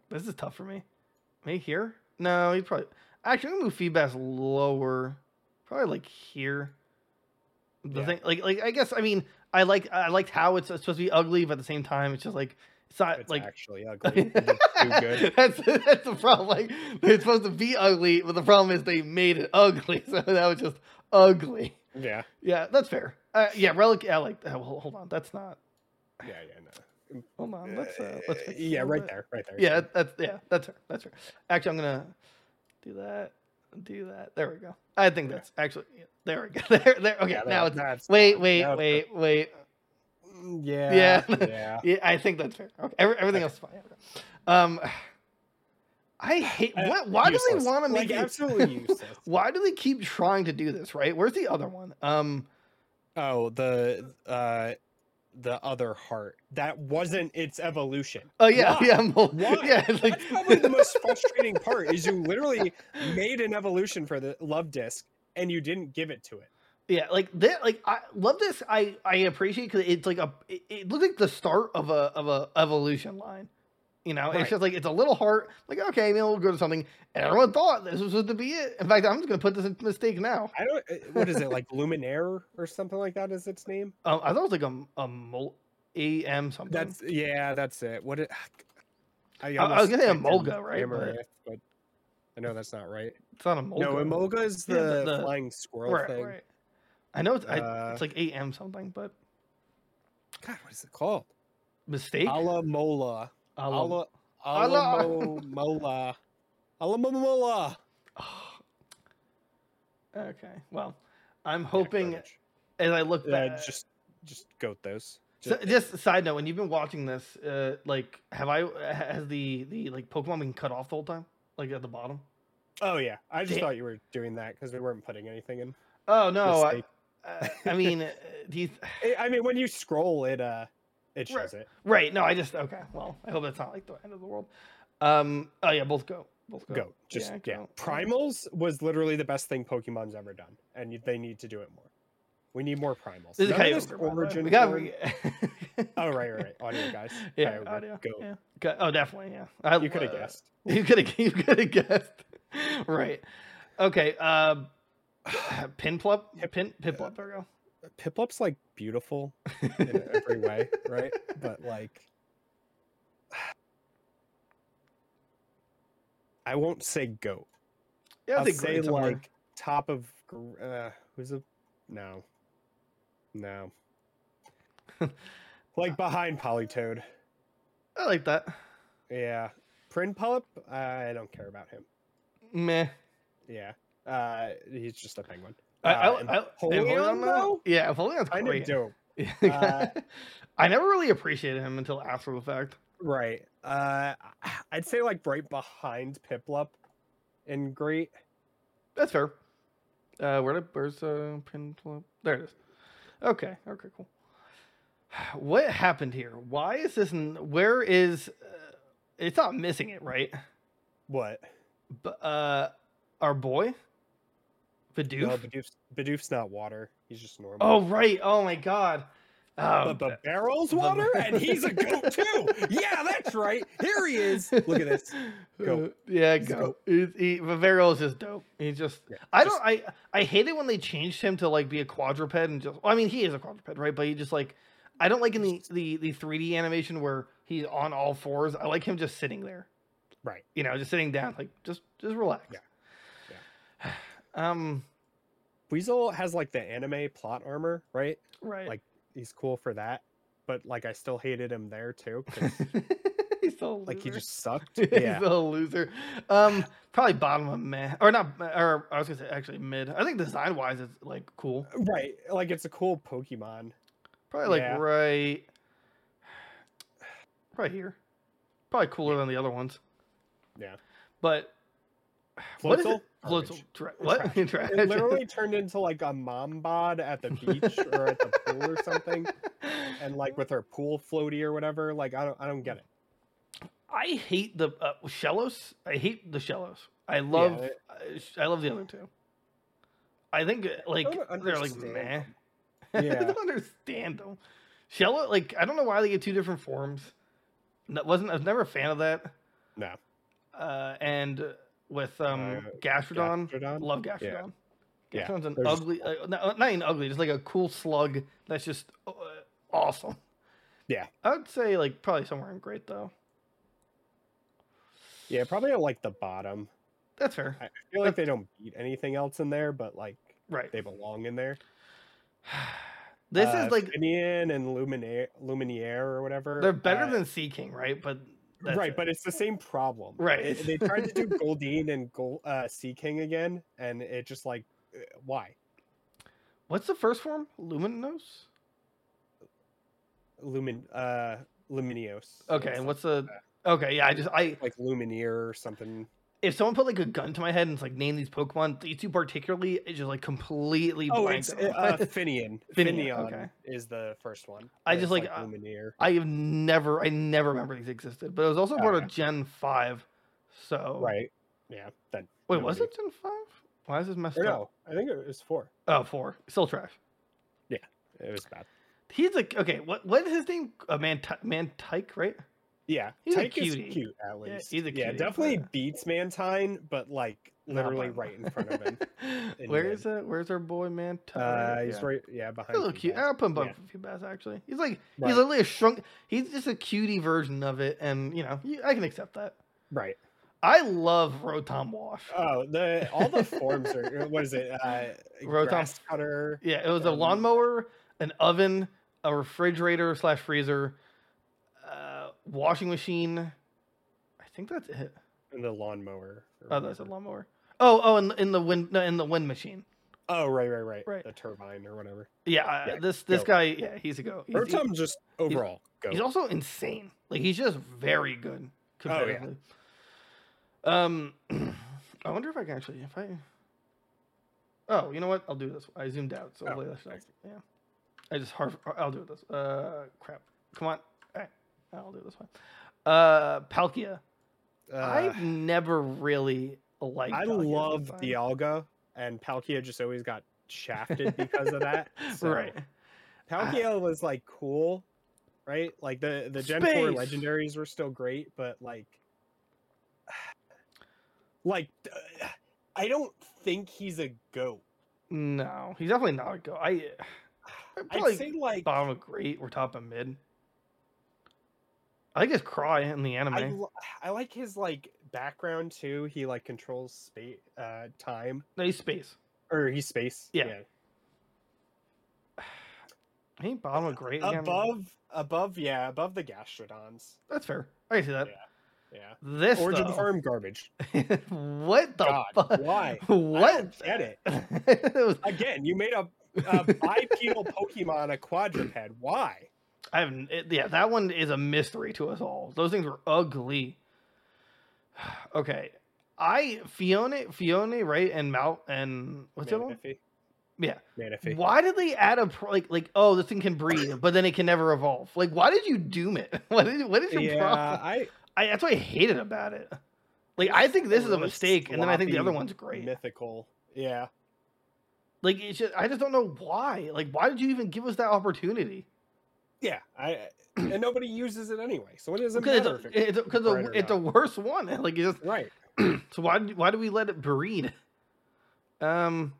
B: this is tough for me. Me here? No, he probably. Actually, I'm gonna move Feebas lower. Probably like here. The
C: Yeah.
B: thing, like, like I guess I mean I like I liked how it's supposed to be ugly, but at the same time, it's just like it's not
C: It's
B: like
C: actually ugly. It looks too good.
B: that's that's the problem. Like they're supposed to be ugly, but the problem is they made it ugly, so that was just ugly.
C: Yeah.
B: Yeah, that's fair. Uh, yeah, relic. I like. Uh, well, hold on, that's not.
C: Yeah, yeah,
B: Hold on,
C: no.
B: let's uh, let's fix this a
C: yeah,
B: little
C: right
B: bit.
C: there, right there.
B: Yeah, that's yeah, that's fair. That's fair. Actually, I'm gonna do that. Do that. There we go. I think
C: Yeah.
B: that's actually yeah, there we go. There, there. Okay,
C: Yeah, that-
B: now it's
C: that's
B: wait,
C: fine.
B: wait,
C: Now it's
B: wait, wait.
C: fine. Mm, Yeah.
B: Yeah.
C: Yeah.
B: Yeah, I think that's fair. Okay, every, everything
C: Okay.
B: else is fine. yeah, okay. Um, I hate.
C: Uh,
B: What? Why do
C: useless.
B: they want to make
C: like,
B: it-
C: absolutely useless?
B: Why do they keep trying to do this? Right? Where's the other one? Um,
C: Oh, the uh the other heart. That wasn't its evolution.
B: oh yeah,
C: Why?
B: yeah, Mul-
C: Why?
B: yeah. It's like,
C: That's probably the most frustrating part is you literally made an evolution for the love disc and you didn't give it to it.
B: Yeah, like that. Like I love this. I I appreciate because it's like a. It, it looks like the start of a of a evolution line. You know,
C: Right.
B: it's just like it's a little heart. Like okay, maybe we'll go to something. And everyone thought this was supposed to be it. In fact, I'm just gonna put this in mistake now.
C: I don't. uh, What is it like Luminaire or something like that? Is its name?
B: Um, I thought it was like a a mul- am something.
C: That's yeah. That's it. What it, I,
B: I was
C: almost
B: gonna say
C: typed in
B: Emolga, right, but-
C: Amaranth, but I know that's not right.
B: it's not a Molga.
C: No, Emolga is
B: Yeah, the-
C: the,
B: the-
C: flying squirrel
B: Right,
C: thing.
B: right. I know it's I,
C: Uh,
B: it's like am something, but
C: God, what is it called?
B: mistake.
C: Alamola.
B: I'll-
C: Ala
B: Ala-
C: Alamola. Alamola.
B: okay, well, I'm hoping as I look
C: Yeah,
B: back.
C: uh, just just goat those.
B: So,
C: Just,
B: just a side note, when you've been watching this, uh, like, have I has the the like Pokemon been cut off the whole time, like at the bottom?
C: oh yeah, I just
B: Damn.
C: thought you were doing that because we weren't putting anything in.
B: Oh no, I,
C: Mistake.
B: uh, I mean, uh, do you,
C: I- I mean, when you scroll it, uh,
B: Right.
C: it shows it.
B: right? No, I just okay. Well, I hope that's not like the end of the world. Um. Oh yeah, both go, both go.
C: Goat. Just yeah,
B: goat.
C: Primals was literally the best thing Pokemon's ever done, and you- they need to do it more. We need more primals.
B: This is
C: None of
B: Kyogre,
C: this
B: by
E: the way.
C: origin.
B: We got.
C: form-
B: Re-
C: Oh right, right, right. Audio guys.
B: yeah,
C: Kyogre,
B: audio.
C: Go.
B: Yeah. Gu- Oh, definitely. Yeah. I
C: You could have
B: lo-
C: guessed.
B: You could have. You could have guessed. right. Okay. Um. Pinplup. Pin. Pinplup. There we go.
C: Piplup's Uh, like beautiful in every way, right? But like, I won't say goat.
B: Yeah,
C: I'll
B: think
C: say
B: great somewhere.
C: like top of gr- uh, who's a no, no, like behind Polytoad.
B: I like that.
C: Yeah, Prinplup. I don't care about him.
B: Meh.
C: Yeah, uh, he's just a penguin.
B: I, I,
C: Uh,
B: I,
C: and
B: I, and Polion,
C: Polion,
B: though?
C: though?
B: Oh, Yeah, Volion's
C: kind of
B: great.
C: dope. uh,
B: Yeah, I never really appreciated him until after the fact.
C: Right. Uh, I- I'd say like right behind Piplup and Great.
B: That's fair. Uh, where did where's uh Pinflip? There it is. Okay. Okay. Cool. What happened here? Why is this? n where is? Uh, it's not missing it, right?
C: What?
B: But uh, our boy, Bidoof.
C: No, Bidoof's, Bidoof's not water. He's just normal.
B: oh right. Oh my god. Oh,
C: but, but Barrel's water, and he's a goat too. yeah, that's right. Here he is. Look at this. Go.
B: Uh, Yeah,
C: He's a
B: go. He's- He, Vivero is just dope. He's just.
C: Yeah,
B: I don't. I I hate it when they changed him to like be a quadruped and just. Well, I mean, he is a quadruped, right? But he just like. I don't like in the the the three D animation where he's on all fours. I like him just sitting there.
C: Right.
B: You know, just sitting down, like just just relax.
C: Yeah.
B: um.
C: Weasel has like the anime plot armor, right?
B: Right.
C: Like- He's cool for that. But like, I still hated him there too. 'cause,
B: he's so
C: like he
B: loser.
C: just sucked.
B: He's
C: Yeah.
B: a loser. Um, probably bottom of meh, or not, or I was gonna say actually mid. I think design wise, it's like cool.
C: Right. Like it's a cool Pokemon.
B: Probably like
C: Yeah.
B: right, right here. Probably cooler than the other ones.
C: Yeah.
B: But what is
C: Floatzel?
B: it?
C: Garbage.
B: Floatzel, tra- what? Trash.
C: It literally turned into like a mom bod at the beach or at the pool or something, and like with her pool floaty or whatever. Like I don't, I don't get it.
B: I hate the uh, Shellos. I hate the Shellos. I love,
C: they-
B: I sh- I love the other two. I think uh, like
C: don't
B: they're like
C: understand
B: meh. I
C: Yeah,
B: don't understand them. Shello, like I don't know why they get two different forms. No, wasn't I was never a fan of that.
C: No.
B: Uh, and with um
C: Uh,
B: Gastrodon,
C: Gastrodon?
B: love Gastrodon.
C: Yeah,
B: Gastrodon's an
C: they're just
B: ugly, uh, no, not even ugly, just like a cool slug that's just uh, awesome.
C: Yeah.
B: I would say like probably somewhere in great though.
C: yeah, probably at like the bottom.
B: That's fair,
C: I feel like they don't beat anything else in there, but like
B: right?
C: they belong in there.
B: this
C: Uh,
B: is like
C: Finian and Luminier, Luminier or whatever.
B: they're better
C: uh,
B: than Sea King, right? But that's
C: right,
B: it.
C: but it's the same problem.
B: Right.
C: It- they tried to do Goldeen and Gold, uh, Sea King again, and it just like, uh, why?
B: what's the first form? Luminos.
C: Lumin, uh, Luminios. or
B: Okay, and
C: something
B: what's the?
C: Uh,
B: Okay, yeah, I just I
C: like Lumineer or something.
B: if someone put like a gun to my head and it's like name these Pokemon, these two particularly, it just like completely
C: Oh,
B: blanks.
C: it's uh,
B: out my
C: uh,
B: mind.
C: Finian.
B: Finian,
C: Finion
B: okay.
C: is the first one.
B: I
C: and
B: just,
C: it's,
B: like, uh,
C: Lumineer.
B: I have never, I never remember these existed, but it was also part
C: yeah.
B: of Gen Five. So
C: Right. Yeah. Then.
B: wait, was
C: nobody-
B: it Gen Five? Why is this messed
C: Or
B: up?
C: no, I think it was four.
B: Oh, four, still trash.
C: It was bad.
B: He's like okay, what what is his name? Uh, Mant Mantike, right?
C: Yeah.
B: He's a
C: Tyke is
B: cutie.
C: cute at
B: Yeah,
C: least.
B: he's a cutie,
C: definitely
B: but-
C: beats Mantine, but like
B: Not
C: literally
B: Bun.
C: right in front of him. in
B: Where
C: mid.
B: is that? Where's our boy Mantike?
C: uh,
B: Yeah.
C: he's right. Yeah, behind.
B: He's a little cute.
C: Feebas.
B: I'll put him
C: Yeah.
B: above yeah. Feebas actually. He's like
C: Right.
B: he's literally a shrunk. He's just a cutie version of it, and you know you, I can accept that.
C: Right.
B: I love Rotom Wash.
C: Oh, the all the forms are. What is it? Uh,
B: Rotom.
C: grass cutter.
B: yeah, it was a
C: um,
B: lawnmower, an oven, a refrigerator slash freezer, uh, washing machine. I think that's it.
C: And the lawnmower. or
B: Oh, that's a
C: whatever.
B: lawnmower. Oh, oh, in, in the wind, no, in the wind machine.
C: Oh, right, right, right,
B: Right.
C: The turbine or whatever.
B: Yeah, uh,
C: Yeah,
B: this this
C: go.
B: guy, yeah, he's a go. He's, he-
C: Rotom just overall go.
B: He's also insane. Like he's just very good
C: Oh, yeah.
B: comparatively. Um, I wonder if I can actually if I. Oh, you know what? I'll do this. I zoomed out, so
C: Oh,
B: hopefully that's not- yeah. I just hard. I'll do it this. Uh, crap. Come on. All right. I'll do it this one. Uh, Palkia.
C: Uh,
B: I've never really liked.
C: I
B: Palkia as a
C: love
B: design.
C: Dialga, and Palkia just always got shafted because of that. So
B: right.
C: Palkiel was like cool, right? Like the the Gen Four
B: Space.
C: legendaries were still great, but like, like uh, I don't think he's a goat.
B: No, he's definitely not a go. I I'd
C: I'd say
B: probably
C: like
B: bottom of great or top of mid. I like his cry in the anime.
C: I, li- I like his like background too. He like controls space, uh, time,
B: no, he's space.
C: or he's space.
B: Yeah. He ain't bottom of great again.
C: above, above, yeah, above the gastrodons.
B: That's fair. I can see that.
C: Yeah. Yeah,
B: This
C: origin
B: though-
C: farm garbage.
B: what the
C: God,
B: fuck?
C: why?
B: What?
C: get it.
B: It was-
C: Again, you made a, a bipedal Pokemon a quadruped. Why?
B: I have n- it, yeah, that one is a mystery to us all. Those things were ugly. okay. I Fiona Fiona, right? And Mount and what's the other one?
C: Manaphy.
B: Yeah.
C: Manaphy.
B: Why did they add a pro- like like oh this thing can breathe but then it can never evolve? Like why did you doom it? What is what is your
C: Yeah,
B: problem?
C: I
B: I, that's what I hated about it. Like I think this is a
C: really
B: mistake and then I think the other
C: sloppy
B: one's great.
C: mythical. Yeah,
B: Like it's just, I just don't know why. Like why did you even give us that opportunity?
C: yeah. I and nobody uses it anyway, so it doesn't
B: Because
C: matter.
B: it's
C: if it-
B: it's, cause the,
C: bred or
B: it's the worst one. Like it's
C: right.
B: just, so why did- why do we let it breed? Um,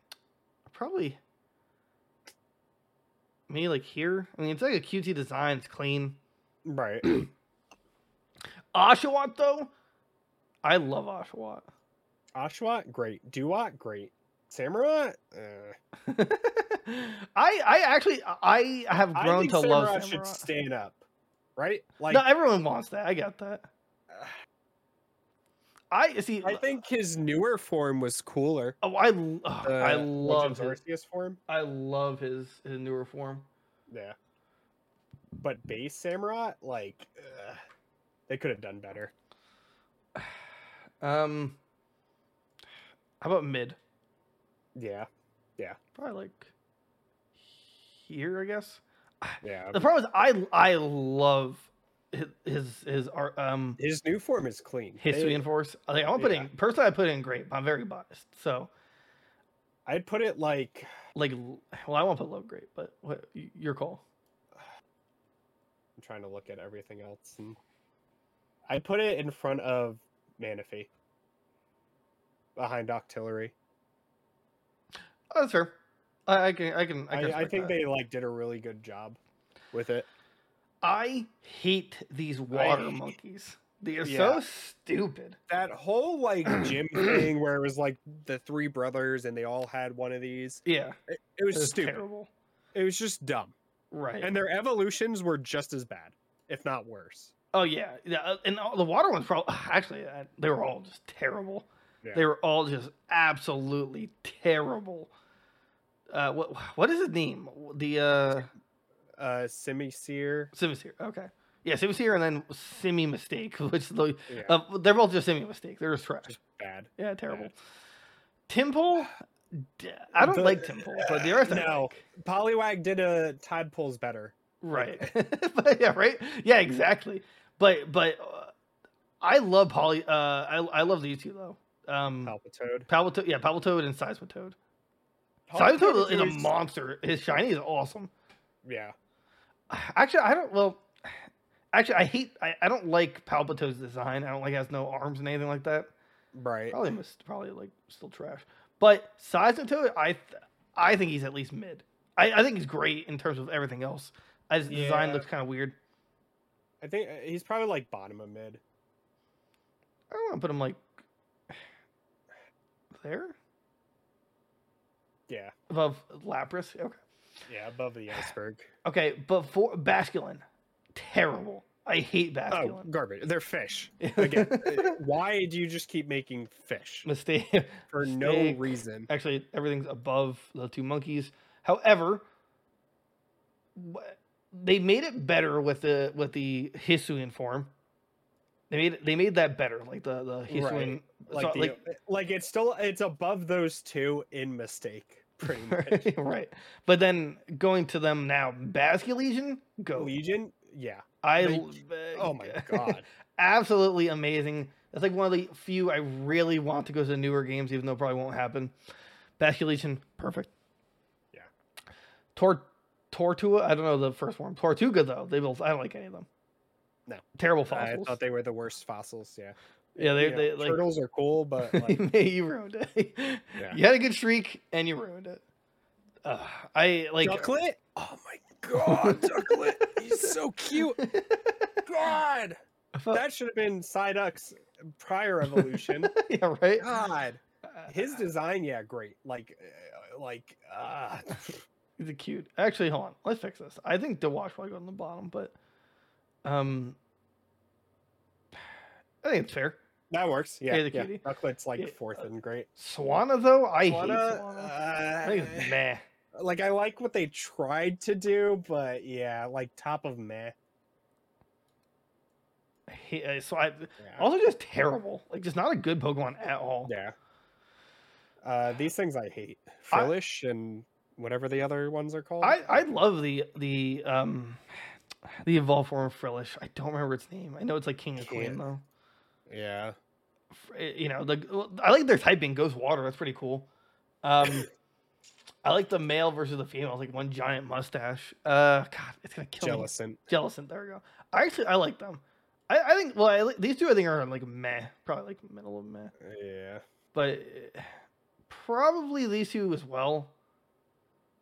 B: probably. Maybe like here. I mean, it's like a cutesy design. It's clean.
C: Right.
B: Oshawott though, I love Oshawott.
C: Oshawott, great. Duat, great. Samurai, uh,
B: I I actually I have
C: I
B: grown
C: think
B: to
C: Samurai
B: love
C: should
B: Samurai.
C: stand up, right? Like,
B: no, everyone wants that. I got that. I see.
C: I think his newer form was cooler.
B: Oh, I l- oh, I
C: the
B: love
C: Legends
B: his,
C: Arceus form.
B: I love his his newer form.
C: Yeah, but base Samurai, like, ugh, they could have done better.
B: Um, how about mid?
C: Yeah,
B: Probably like here, I guess.
C: yeah.
B: The problem is, I I love his his, his art. Um,
C: His new form is clean.
B: history
C: They-
B: and force. Like I'm
C: yeah.
B: putting personally, I put in great. But I'm very biased, so
C: I'd put it like
B: like, l- well, I won't put low great, but what y- your call?
C: I'm trying to look at everything else, and I put it in front of Manaphy, behind Octillery.
B: Oh, that's fair. I, I can I can I, can
C: I, I,
B: respect
C: think
B: that.
C: they like did a really good job with it.
B: I hate these water
C: hate-
B: monkeys. They are so
C: Yeah.
B: stupid.
C: That whole like gym thing where it was like the three brothers and they all had one of these.
B: Yeah,
C: It was
B: they're
C: stupid.
B: terrible.
C: It was just dumb.
B: Right.
C: And their evolutions were just as bad, if not worse.
B: oh yeah, yeah. uh, And all, the water ones probably actually uh, they were all just terrible. They
C: Yeah.
B: were all just absolutely terrible. Uh, what what is his name? The uh,
C: Uh Simi Seer.
B: Simisear. Okay. Yeah, Simisear and then Simi Mistake, which the,
C: Yeah,
B: uh, they're both just Simi Mistake. They're just trash.
C: just bad.
B: Yeah, terrible. Temple? D- I don't
C: The-
B: like Temple, but the rest I
C: No.
B: like.
C: Polywag did a tadpoles better.
B: Right. but yeah, right? Yeah, exactly. But but uh, I love Poly uh I I love these two though. Um
C: Palpitoad.
B: Palpitoad, yeah, Palpitoad and Seismitoad.
C: Palpitoad
B: Seismitoad
C: is
B: is a
C: always-
B: monster. His shiny is awesome.
C: Yeah.
B: Actually, I don't. Well, actually, I hate. I, I don't like Palpitoad's design. I don't like it has no arms and anything like that.
C: Right.
B: Probably must probably like still trash. But Seismitoad, I th- I think he's at least mid. I, I think he's great in terms of everything else. As the design
C: Yeah.
B: looks kind of weird.
C: I think uh, he's probably like bottom of mid.
B: I don't want to put him like there
C: Yeah.
B: above Lapras. Okay.
C: Yeah, above the iceberg.
B: Okay, but for Basculin, terrible. I hate
C: Oh,
B: Basculin.
C: garbage. They're fish. Again, uh, why do you just keep making fish
B: Mistake.
C: for no
B: Mistake.
C: reason?
B: Actually, everything's above the two monkeys. However, wh- they made it better with the with the Hisuian form. They made they made that better, like the the Hisuian.
C: Like,
B: so,
C: the, like, it's still it's above those two in mistake, pretty much.
B: like right, but then going to them now, Basculin Legion, go.
C: Legion, yeah.
B: I
C: They-
B: l- uh,
C: Oh my god.
B: absolutely amazing. That's like one of the few I really want to go to the newer games, even though it probably won't happen. Basculation, perfect.
C: Yeah.
B: Tor Tortua, I don't know the first one. Tortuga though, they both I don't like any of them.
C: No.
B: Terrible
C: I
B: fossils.
C: thought they were the worst fossils. Yeah,
B: yeah, they
C: You know,
B: they like
C: turtles are cool, but like,
B: you ruined it. You had a good streak and you ruined it. Uh, I like
C: Ducklet. Oh my god, Ducklet! He's so cute. God,
B: I felt-
C: that should have been Psyduck's prior evolution.
B: yeah, right.
C: God,
B: Uh,
C: his design, yeah, great. Like, uh, like, uh,
B: Is it cute? Actually, hold on. Let's fix this. I think the wash probably go on the bottom, but um, I think it's fair.
C: that works. Yeah,
B: Yeah, the
C: yeah.
B: cutie.
C: Ducklet's like
B: Yeah,
C: fourth and great.
B: Swana though, I hate
C: Swanna,
B: Swana.
C: uh,
B: I think it's meh.
C: like I like what they tried to do, but yeah, like top of meh.
B: I hate, uh, so I
C: Yeah.
B: also just terrible. Like just not a good Pokemon at all.
C: Yeah. Uh, these things I hate.
B: I-
C: Frillish and whatever the other ones are called.
B: I I love the the um the evolved form of Frillish. I don't remember its name. I know it's like King or Queen
C: Can't-
B: though.
C: yeah.
B: Fr- eh, You know, like well, I like their typing goes water. That's pretty cool. Um, I like the male versus the female. It's like one giant mustache. Uh, God, it's gonna kill me.
C: Jellicent.
B: Jellicent, there we go. I actually I like them. I, I think well I, li- these two I think are like meh, probably like middle of meh,
C: Yeah.
B: but eh, probably these two as well.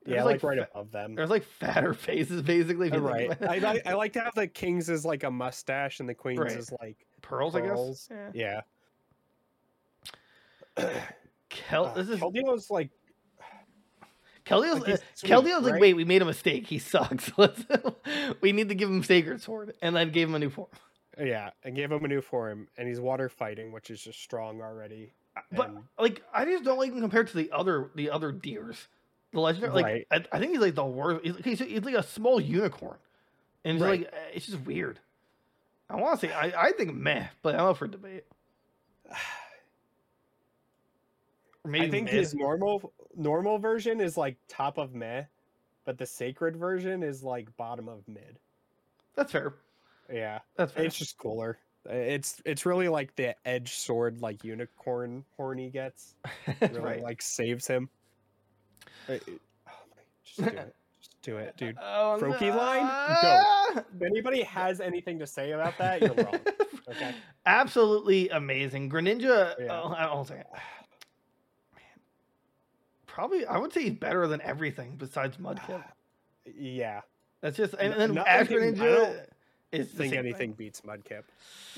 C: Yeah,
B: There's,
C: like, right
B: fa-
C: above them.
B: There's like fatter faces basically. if
C: Uh,
B: you think
C: right.
B: about
C: I,
B: it.
C: like- I like to have the kings as like a mustache and the queens
B: Right.
C: is like
B: pearls,
C: pearls.
B: I guess. Yeah.
C: yeah.
B: Kel,
C: Uh,
B: this is
C: Keldeo's like
B: Keldeo's.
C: like, he's
B: uh,
C: sweet,
B: Keldeo's like,
C: right?
B: wait, we made a mistake. He sucks. Let's, we need to give him Sacred Sword, and then gave him a new form.
C: yeah, I gave him a new form and he's water fighting, which is just strong already.
B: But
C: and-
B: like, I just don't like him compared to the other the other deers. The legendary, like,
C: Right.
B: I, I think he's like the worst. He's, he's, he's like a small unicorn, and it's
C: Right.
B: like uh, it's just weird. I want to say I, I think meh, but I'm up for debate. Or Maybe
C: I think
B: meh.
C: his normal normal version is like top of meh, but the sacred version is like bottom of mid.
B: that's fair.
C: Yeah,
B: That's fair.
C: it's just cooler. Uh, It's it's really like the edge sword like unicorn horn he gets really
B: right.
C: like saves him. Uh, it- oh my, just do it, just do it, dude.
B: Oh,
C: Froakie line?
B: no.
C: If anybody has anything to say about that, you're wrong. Okay.
B: Absolutely amazing. Greninja,
C: Yeah.
B: oh, I don't say it. Man. Probably, I would say he's better than everything besides Mudkip.
C: Yeah,
B: That's just, and
C: N-
B: then
C: not
B: Ash
C: thinking- I
B: Greninja
C: don't
B: is the
C: think
B: same thing.
C: anything beats Mudkip.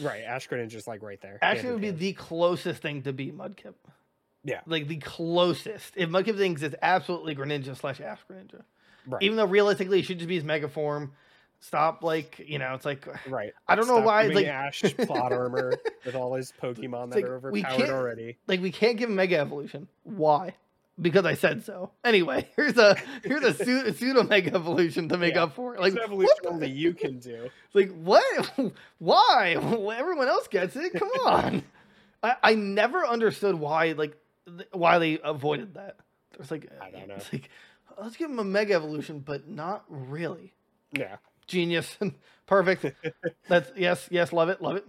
C: Right, Ash Greninja's just like right there.
B: Actually,
C: hand
B: it would
C: in
B: be
C: hand.
B: the closest thing to beat Mudkip.
C: Yeah.
B: Like the closest. If Mudkip thinks it's absolutely Greninja slash Ash Greninja.
C: right.
B: Even though realistically, it should just be his mega form. Stop, like, you know, it's like,
C: Right.
B: I don't know
C: Stop
B: why, it's
C: giving
B: like-
C: Ash plot armor with all his Pokemon that
B: like,
C: are
B: we
C: overpowered
B: can't-
C: already.
B: like we can't give him mega evolution. Why? Because I said so. Anyway, here's a here's a pseudo, pseudo mega evolution to make
C: Yeah.
B: up for it. Like
C: it's an
B: what?
C: evolution
B: the-
C: only you can do.
B: Like what? Why? Everyone else gets it. Come on. I, I never understood why like th- why they avoided that. It's like
C: I don't know.
B: It's like let's give him a mega evolution, but not really
C: Yeah.
B: genius perfect that's yes yes love it love it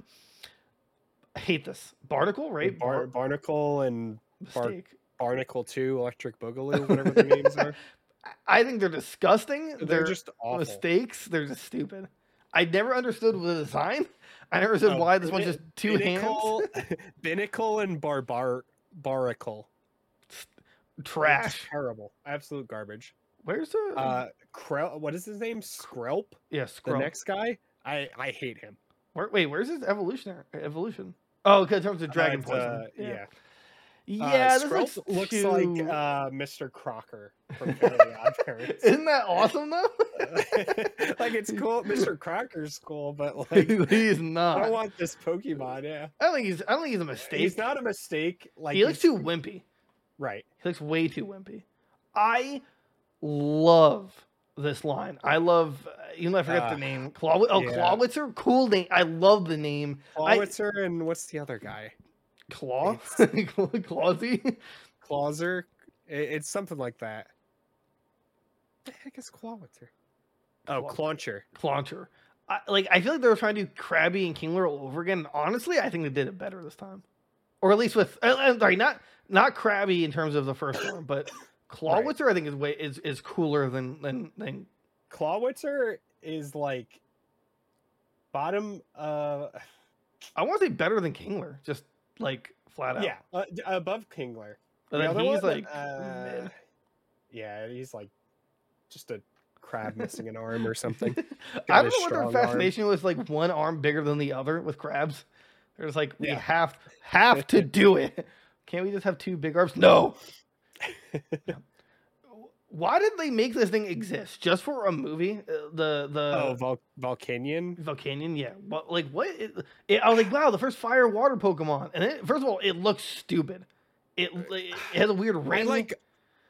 B: I hate this barnacle right
C: Bar- barnacle and
B: Bar-
C: Bar-
B: mistake.
C: Barnacle 2, Electric Boogaloo, whatever their names are.
B: I- I think they're disgusting.
C: They're,
B: They're,
C: just awful.
B: mistakes. They're just stupid. I never understood the design. I never understood
C: Oh,
B: why this one's
C: bin-
B: just two hands.
C: Binnacle, Binnacle and Barbar Barnacle. They're just
B: Trash. Mm.
C: Terrible. Absolute garbage.
B: Where's the
C: Uh Krell, what is his name? Skrelp,
B: yeah
C: the
B: scroll?
C: next guy? I I hate him.
B: Where, wait, where's his evolutionary uh, evolution? Oh, 'cause in terms of
C: Uh,
B: dragon
C: it's,
B: poison.
C: uh,
B: yeah,
C: yeah. Uh,
B: yeah this
C: Scrope
B: looks,
C: looks
B: too...
C: like uh, Mr. Crocker from Fairly Odd Parents.
B: Isn't that awesome though?
C: like it's cool, Mr. Crocker's cool, but like
B: he's
C: I
B: not. I,
C: don't want this Pokemon. Yeah,
B: don't think he's. I don't think he's a mistake.
C: he's not a mistake. Like
B: he looks
C: he's-
B: too wimpy.
C: right.
B: He looks way too wimpy. I love this line. I love, uh, even though I forgot
C: Uh,
B: the name, Claw. Oh,
C: yeah.
B: Clawitzer, cool name. I love the name I-
C: Clawitzer and what's the other guy?
B: Claw.
C: It's-
B: Clawsy.
C: Clawzer. I- It's something like that. The heck is Clawitzer? Oh,
B: Claw-
C: Clauncher.
B: Clauncher. I, like I feel like they were trying to do Krabby and Kingler all over again. Honestly, I think they did it better this time. or at least with uh, I'm sorry, not not Krabby in terms of the first one, but
C: Right.
B: Clawwitzer I think is way is is cooler than than than
C: Clawwitzer is like bottom. Uh,
B: I want to say better than Kingler, just like flat out.
C: yeah, uh, d- above Kingler.
B: but
C: The
B: then
C: other
B: he's
C: one,
B: like
C: uh,
B: meh.
C: yeah, he's like just a crab missing an arm or something.
B: I
C: got
B: don't know
C: a
B: what their
C: strong arm.
B: fascination was like one arm bigger than the other with crabs. They're just like we
C: Yeah.
B: have have to do it. Can't we just have two big arms? No. No. Why did they make this thing exist just for a movie? Uh, The the
C: oh, Vol- Volcanion.
B: Volcanion, yeah. But like, what? It, it- I was like, wow, the first fire water Pokemon, and it, first of all, it looks stupid. It, it has a weird
C: Uh, I
B: ring.
C: like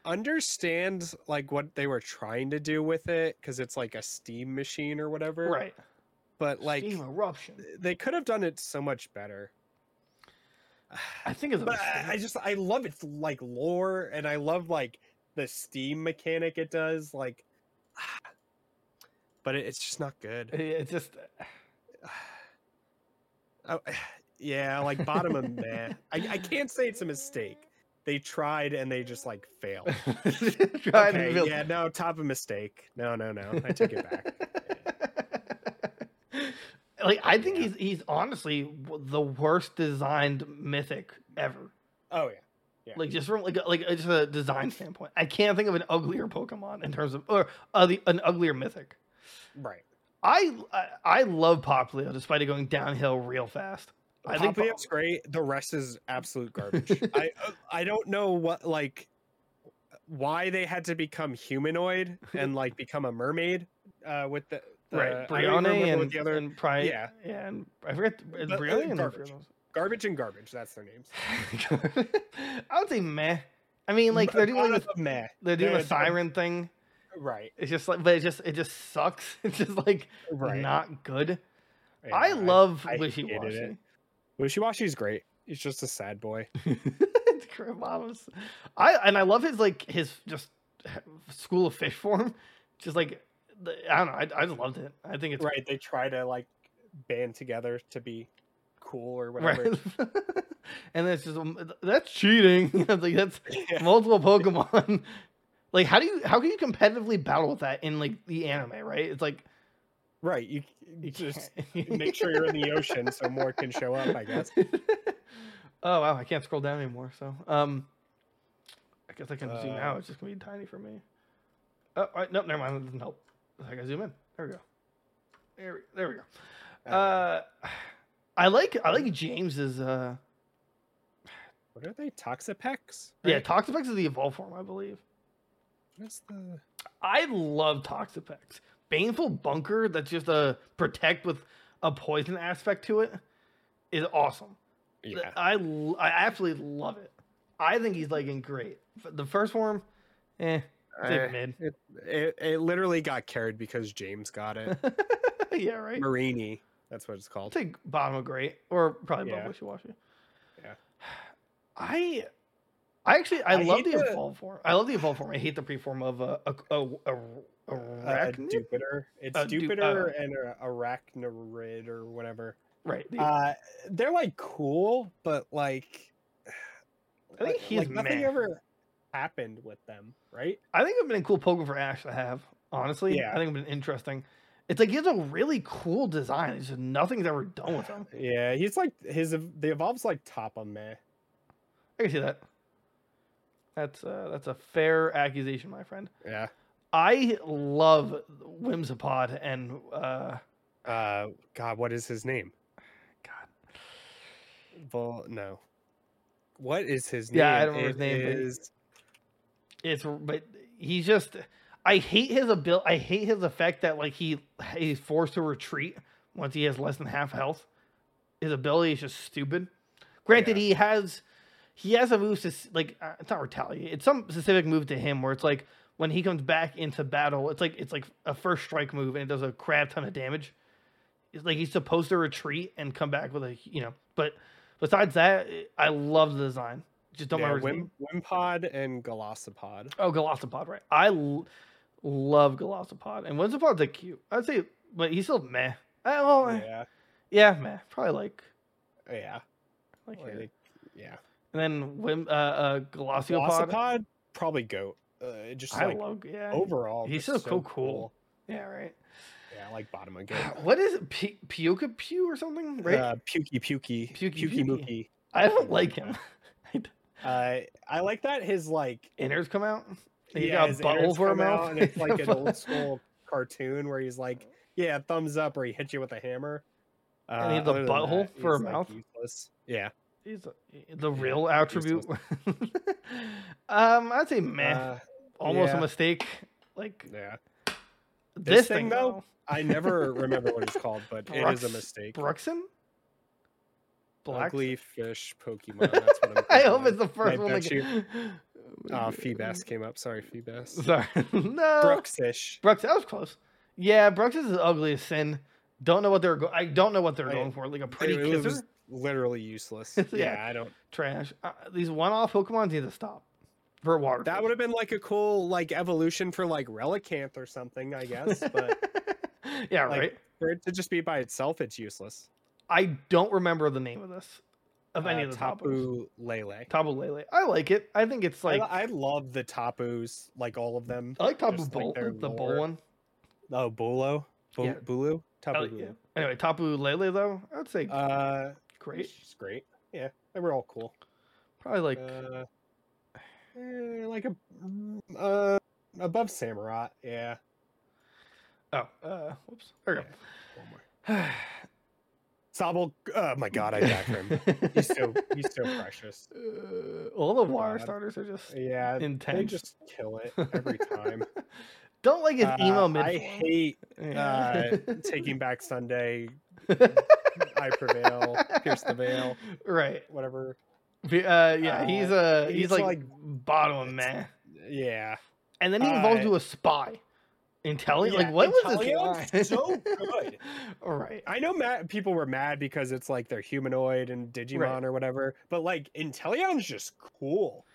C: understand like what they were trying to do with it because it's like a steam machine or whatever.
B: right,
C: But like uh,
B: Steam eruption.
C: they could have done it so much better.
B: I think it's. a
C: But I, I
B: mistake.
C: just I love its like lore and I love like the steam mechanic it does like but it, it's just not good.
B: It- it's just
C: Oh, yeah, like bottom of man. I, I can't say it's a mistake. They tried and they just like failed.
B: trying
C: okay,
B: to build.
C: yeah, no, top of mistake. No, no, no. I take it back.
B: like I think
C: Yeah.
B: he's he's honestly w- the worst designed mythic ever.
C: Oh yeah. Yeah.
B: Like just from like a- like a- just a design standpoint, I can't think of an uglier Pokemon in terms of or uh, the, an uglier mythic.
C: Right.
B: I I, I love Poplio despite it going downhill real fast. I think Pop-
C: Poplio's great. The rest is absolute garbage. I uh, I don't know what like why they had to become humanoid and like become a mermaid uh with the, the
B: right,
C: I don't even
B: Brianna
C: remember what
B: and,
C: the other
B: and Pri-
C: yeah.
B: yeah, and I forget th-
C: But, uh,
B: Brianna and
C: garbage. garbage and garbage. That's their names.
B: I would say meh. I mean, like they're doing
C: Bottom
B: this,
C: of meh.
B: they're doing
C: They're-
B: the siren thing.
C: Right.
B: It's just like, but it just it just sucks. It's just like
C: Right.
B: not good.
C: yeah,
B: I love
C: I
B: Wishy
C: hated
B: Washy.
C: it. Wishy Washy's great. He's just a sad boy.
B: Krabobs. I and I love his like his just school of fish form. Just like the, I don't know. I, I just loved it. I think it's
C: Right. They try to like band together to be cool or
B: Right.
C: whatever.
B: and that's just um, that's cheating. You know, like that's
C: Yeah.
B: multiple Pokemon. like how do you how can you competitively battle with that in like the anime? Right? It's like
C: Right. You, you
B: you
C: just
B: can't.
C: make sure you're in the ocean so more can show up, I guess.
B: oh wow, I can't scroll down anymore. So um, I guess I can zoom
C: Uh,
B: out. It's just gonna be tiny for me. Oh all right, nope, never mind. That doesn't help. I gotta zoom in. There we go. There, we- there we go.
C: I don't know.
B: Uh, I like I like James's uh
C: What are they? Toxapex?
B: yeah
C: right?
B: Toxapex is the evolved form I believe.
C: What's the...
B: I love Toxapex. Baneful Bunker, that's just a protect with a poison aspect to it, is awesome. Th-
C: Yeah.
B: I, l- I absolutely love it. I think he's like in great. F- The first form, eh, it's in
C: Uh,
B: mid.
C: it, it, it literally got carried because James got it.
B: yeah, right.
C: Marini. That's what it's
B: I'll
C: called.
B: take bottom of great or probably above
C: Yeah.
B: wishy washy.
C: Yeah.
B: I. I actually I,
C: I
B: love
C: hate
B: the,
C: the-
B: evolved form. I love the evolved form. I hate the preform of a a a, a, a,
C: Uh,
B: arachnid?
C: Jupiter. It's
B: Uh, du-
C: Jupiter and uh, Arachnorid or whatever.
B: right. the-
C: Uh, they're like cool, but like,
B: I think
C: like-
B: he's
C: like nothing
B: meh.
C: ever happened with them, right?
B: I think I've been a cool Pokemon for Ash to have. Honestly,
C: Yeah.
B: I think it's been interesting. It's like he has a really cool design. It's just nothing's ever done with him.
C: Yeah, he's like his ev- the evolves like top on meh.
B: I can see that. That's uh, that's a fair accusation, my friend.
C: Yeah.
B: I love Whimsipod and uh,
C: Uh, God, what is his name?
B: God,
C: Vol no. What is his name?
B: Yeah, I don't remember his name, but-
C: is-
B: it's but he's just. I hate his abil. I hate his effect that like he he's forced to retreat once he has less than half health. His ability is just stupid. Granted,
C: Yeah.
B: he has he has a move to s- like uh, it's not retaliate. It's some specific move to him where it's like when he comes back into battle, it's like it's like a first strike move and it does a crap ton of damage. It's like he's supposed to retreat and come back with a you know. But besides that, I love the design. Just don't
C: yeah,
B: remember his name.
C: Wim, Wimpod and Golosopod.
B: Oh, Galosopod, right. I l- love Galosopod. And Winsopod's like cute. I'd say, but he's still meh. I, well, eh,
C: Yeah,
B: yeah. meh. Probably like,
C: yeah,
B: like
C: like,
B: here.
C: yeah. Yeah.
B: And then Wim, uh, uh, Glossiopod.
C: Glossopod, probably goat. Uh, just
B: I
C: like
B: love. Yeah.
C: overall,
B: He's so
C: just
B: cool- cool. Yeah. Right.
C: Yeah, I like bottom of goat.
B: What is it? P- Puka Pew or something? Right.
C: Uh, pukey pukey
B: Pukey
C: pukey mookie.
B: Pukey. I don't like him.
C: Uh, I like that his like
B: Innards come out. He
C: yeah,
B: got a
C: his
B: butthole
C: innards
B: for a
C: come out,
B: mouth.
C: and it's like an old school cartoon where he's like, yeah, thumbs up, or he hits you with a hammer. Uh,
B: And he has a
C: other than
B: butthole
C: that,
B: for
C: he's,
B: a
C: like,
B: mouth?
C: useless. Yeah.
B: He's a- the
C: Yeah,
B: real attribute. um, I'd say meh.
C: Uh,
B: Almost
C: yeah.
B: a mistake. Like
C: yeah.
B: this, thing, though.
C: I never remember what it's called, but it is a
B: Brux-
C: mistake.
B: Bruxen. Black.
C: Ugly fish Pokemon. That's what I'm
B: I
C: thinking
B: hope
C: of.
B: it's the first one.
C: bet
B: Like,
C: Uh, Feebas came up. Sorry, Feebas.
B: Sorry, no.
C: Brooksish.
B: Brooks, that was close. Yeah, Brooks is as ugly as sin. Don't know what they're. Go- I don't know what they're
C: I-
B: going for. Like a
C: It,
B: pretty
C: it
B: kisser,
C: was literally useless.
B: Yeah.
C: yeah. I don't.
B: trash. Uh, these one-off Pokemon need to stop. For water,
C: That would have been like a cool like evolution for like Relicanth or something, I guess. But
B: yeah,
C: like-
B: right.
C: for it to just be by itself, it's useless.
B: I don't remember the name of this of any
C: Uh,
B: of the Tapu.
C: Tapu Lele.
B: Tapu Lele. I like it. I think it's
C: I-
B: like
C: I,
B: I,
C: love the Tapus, like all of them.
B: like Tapu
C: just like
B: Bull,
C: their
B: the Bull
C: lore.
B: one.
C: Oh, Bulo, Bu-
B: Yeah.
C: Bulu, Tapu
B: I like-
C: Bulu.
B: Uh, yeah. Anyway, Tapu Lele though, I'd say
C: Uh,
B: great.
C: she's great. Yeah, they were all cool.
B: Probably like
C: uh, eh, like a mm, uh above Samurott. Yeah.
B: oh, uh, whoops. There we go.
C: One more. Sobble. Oh my god, I died for him. he's so he's so precious.
B: Uh, all the wire
C: God.
B: starters are just
C: Yeah, they
B: intense.
C: just kill it every time.
B: Don't like his emo
C: Uh,
B: mid.
C: I hate uh, Taking Back Sunday, I Prevail, Pierce the Veil,
B: Right.
C: whatever.
B: Be- Uh, yeah, he's uh, he's,
C: he's
B: like,
C: Oh, like-
B: bottom man,
C: Yeah,
B: and then he evolves
C: uh,
B: into a spy. Intelli,
C: yeah,
B: like what was this?
C: Intellion's
B: guy?
C: so good.
B: All right.
C: I know ma people were mad because it's like they're humanoid and Digimon or whatever, but like Inteleon's just cool.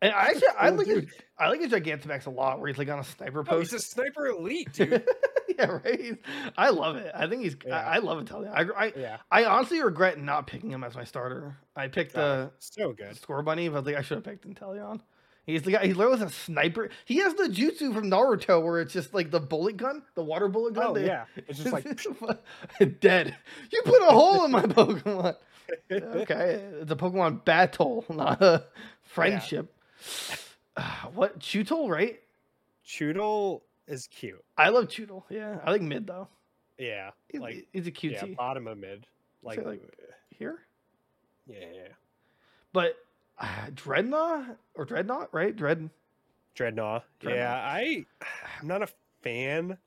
B: And I
C: He's a
B: actually I
C: cool
B: like his,
C: dude.
B: I like his Gigantamax a lot, where he's like on a sniper
C: Oh, he's
B: post.
C: a sniper elite, dude.
B: yeah, right. He's- I love it. I think he's.
C: Yeah.
B: I, I love Italian. I, I
C: yeah,
B: I honestly regret not picking him as my starter. I picked uh,
C: God, so good.
B: Score Bunny, but like I should have picked Inteleon. He's the guy. He literally was a sniper. He has the jutsu from Naruto, where it's just like the bullet gun, the water bullet gun.
C: Oh
B: that-
C: yeah, it's just like
B: dead. You put a hole in my Pokemon. Okay, it's a Pokemon battle, not a friendship. Ah, What Chutel, right?
C: Choodle is cute.
B: I love Chutel. Yeah, I like mid though.
C: Yeah,
B: He's,
C: Like,
B: he's a cutie
C: yeah, bottom of mid. Like,
B: like- here,
C: yeah, yeah, yeah.
B: but uh, Dreadnought or Dreadnought, right? Dread.
C: Dreadnought. Yeah,
B: Dreadnought.
C: I, I'm not a fan.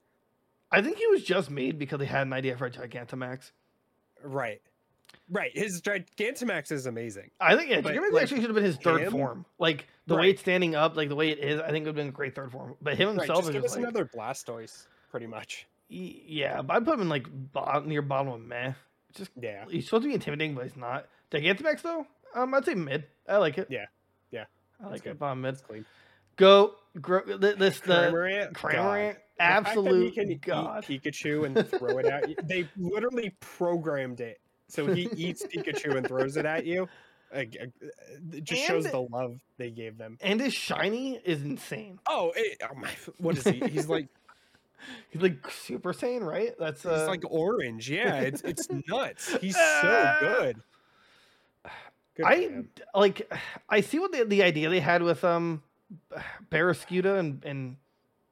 B: I think he was just made because they had an idea for a Gigantamax.
C: Right, right. His Gigantamax is amazing.
B: I think yeah,
C: But,
B: Gigantamax
C: like,
B: actually should have been his third
C: him-
B: form. Like the way
C: Right.
B: it's standing up, like the way it is, I think it would have been a great third form. But him
C: Right,
B: himself
C: just
B: is
C: give us
B: just like,
C: another Blastoise, pretty much.
B: y- yeah. But I put him in like bo- near bottom of meh. Just
C: Yeah,
B: he's supposed to be intimidating, but he's not. Gigantamax though, um, I'd say mid. I like it.
C: Yeah. Yeah.
B: I like it.
C: good.
B: Bottom mid.
C: it's clean.
B: Go gro- th- this the
C: Cramorant,
B: Cramorant,
C: God. The fact that
B: absolute
C: he can
B: god.
C: eat Pikachu and throw it at you. They literally programmed it so he eats Pikachu and throws it at you. Like, uh, It just shows
B: And-
C: the love they gave them.
B: and his shiny is insane.
C: Oh, it, oh my! What is he? He's like
B: He's like super saiyan, right? That's uh,
C: he's like orange. Yeah, it's it's nuts. He's so good. Good for
B: I
C: him.
B: d- like I see what the, the idea they had with um Barrascuda and and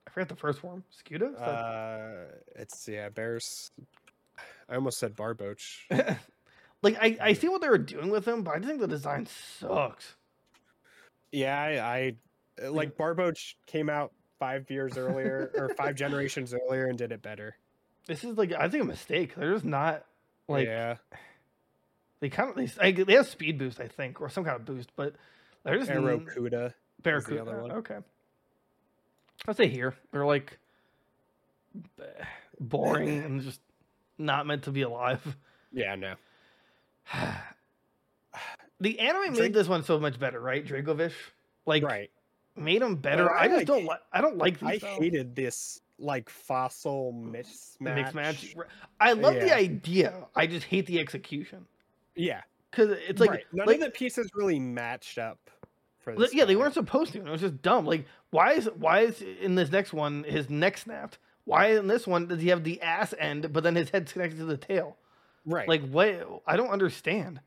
B: I forgot the first form. Scuda? Is that-
C: uh, it's yeah, bears. I almost said barboach.
B: like I, I see what they were doing with him, but I just think the design sucks.
C: Yeah, I, I like Barboach came out five years earlier or five generations earlier and did it better.
B: This is like I think a mistake. They're just not like
C: yeah,
B: they kind of they, s- like, they have speed boost I think or some kind of boost, but they're just n-
C: Aerocuda.
B: Barracuda.
C: other one.
B: Uh, Okay. I'd say here. They're like b- boring and just not meant to be alive.
C: Yeah, no.
B: the anime made
C: Drake-
B: this one so much better, right? Dragovish, like
C: right.
B: made him better.
C: I
B: I, just
C: like-
B: don't like. I don't like these.
C: I
B: though.
C: hated this like fossil mismatch.
B: the mixed match. I love
C: Yeah.
B: the idea. I just hate the execution.
C: Yeah,
B: because it's like,
C: Right, none
B: like-
C: of the pieces really matched up. For
B: li-
C: this
B: yeah, they
C: guy.
B: weren't supposed to. It was just dumb. Like, why is why is in this next one his neck snapped? Why in this one does he have the ass end, but then his head's connected to the tail?
C: right.
B: Like, what? I don't understand.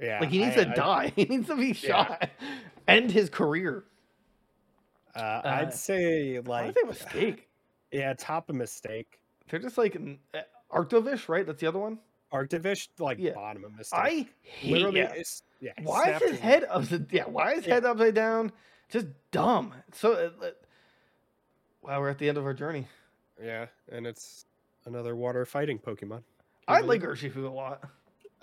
C: yeah,
B: like, he needs
C: I-
B: to
C: I-
B: die. He needs to be
C: Yeah.
B: shot. End his career.
C: Uh,
B: Uh,
C: I'd say
B: Why
C: like uh,
B: is that a mistake?
C: yeah, top of mistake.
B: They're just like n- uh, Arctovish, right? That's the other one.
C: Arctivish like
B: Yeah.
C: bottom of mistake.
B: I hate
C: literally,
B: that.
C: it's- yeah. he
B: Why is
C: snapped
B: his head upside? Yeah, why is his
C: Yeah.
B: head upside down? Just dumb. So, uh, uh, wow, we're at the end of our journey.
C: Yeah, and it's another water fighting Pokemon.
B: I
C: Mm-hmm.
B: like Urshifu a lot.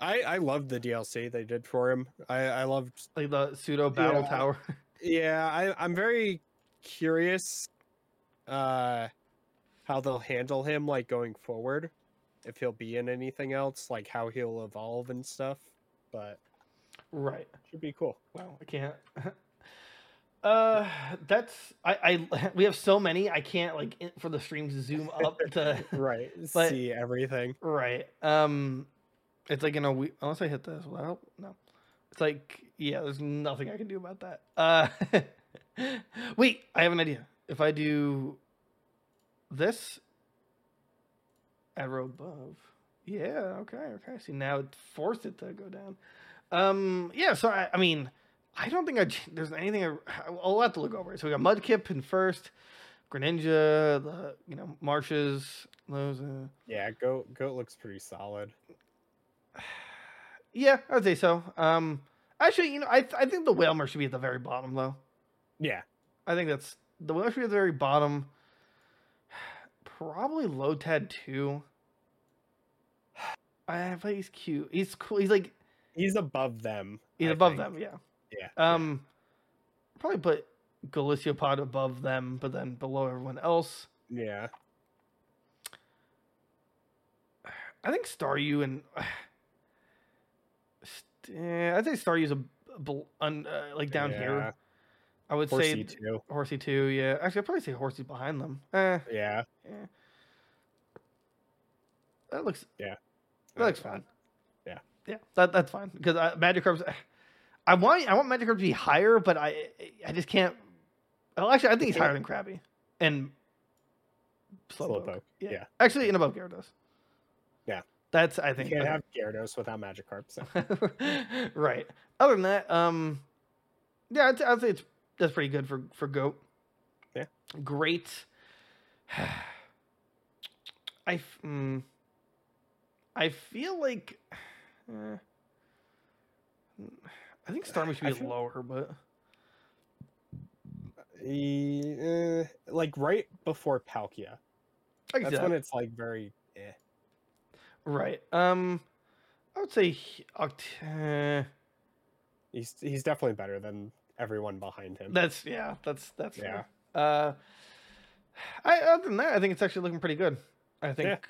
C: I I loved the DLC they did for him. I I loved.
B: Like the pseudo battle
C: Yeah.
B: tower.
C: Yeah, I I'm very curious, uh, how they'll handle him like going forward, if he'll be in anything else, like how he'll evolve and stuff. But
B: right.
C: should be cool.
B: Wow, I can't. Uh, that's I. I we have so many. I can't like in- for the streams zoom up to
C: Right,
B: But-
C: see everything.
B: right. Um, it's like in a we unless I hit this. Well, I don't no. It's like yeah. There's nothing I can do about that. Uh, wait. I have an idea. If I do this arrow above, yeah. Okay. Okay. See now it forced it to go down. Um. Yeah. So I. I mean. I don't think I ch- there's anything I, I'll have to look over. it. So we got Mudkip in first, Greninja, the you know marshes, those. Uh,
C: Yeah, goat goat looks pretty solid.
B: Yeah, I would say so. Um, actually, you know, I th- I think the Whalmer should be at the very bottom though.
C: Yeah,
B: I think that's the Whalmer should be at the very bottom. Probably low tad too. I but he's cute. He's cool. He's like
C: he's above them.
B: he's
C: I
B: above
C: think.
B: them. Yeah.
C: Yeah. yeah.
B: Um, probably put Galiciopod above them, but then below everyone else.
C: Yeah.
B: I think Staryu and St- eh, I'd say Staryu's a, bel- un, uh, like down
C: Yeah.
B: here. I would
C: Horsey
B: say
C: too.
B: Horsey too, yeah. Actually, I'd probably say Horsey behind them. Eh,
C: Yeah.
B: yeah. That looks.
C: Yeah.
B: That looks
C: Uh,
B: fine.
C: yeah.
B: Yeah, that that's fine because uh, Magikarp's. I want I want Magikarp to be higher, but I I just can't. Well, actually, I think he's higher than Krabby and Slowpoke.
C: Slowpoke, yeah.
B: Actually, and above Gyarados.
C: Yeah.
B: That's I
C: You
B: think.
C: can't
B: okay.
C: have Gyarados without Magikarp. So.
B: right. Other than that, um, yeah, I'd, I'd say it's that's pretty good for for goat.
C: Yeah.
B: Great. I f- mm, I feel like. eh, I think Starmie should
C: I
B: be
C: feel-
B: lower, but
C: E- eh, like right before Palkia.
B: I can see
C: That's
B: that.
C: when it's like very. Eh.
B: right. Um, I would say he- Oct- eh,
C: He's he's definitely better than everyone behind him.
B: that's yeah, that's that's fair. Uh, I other than that, I think it's actually looking pretty good. I think,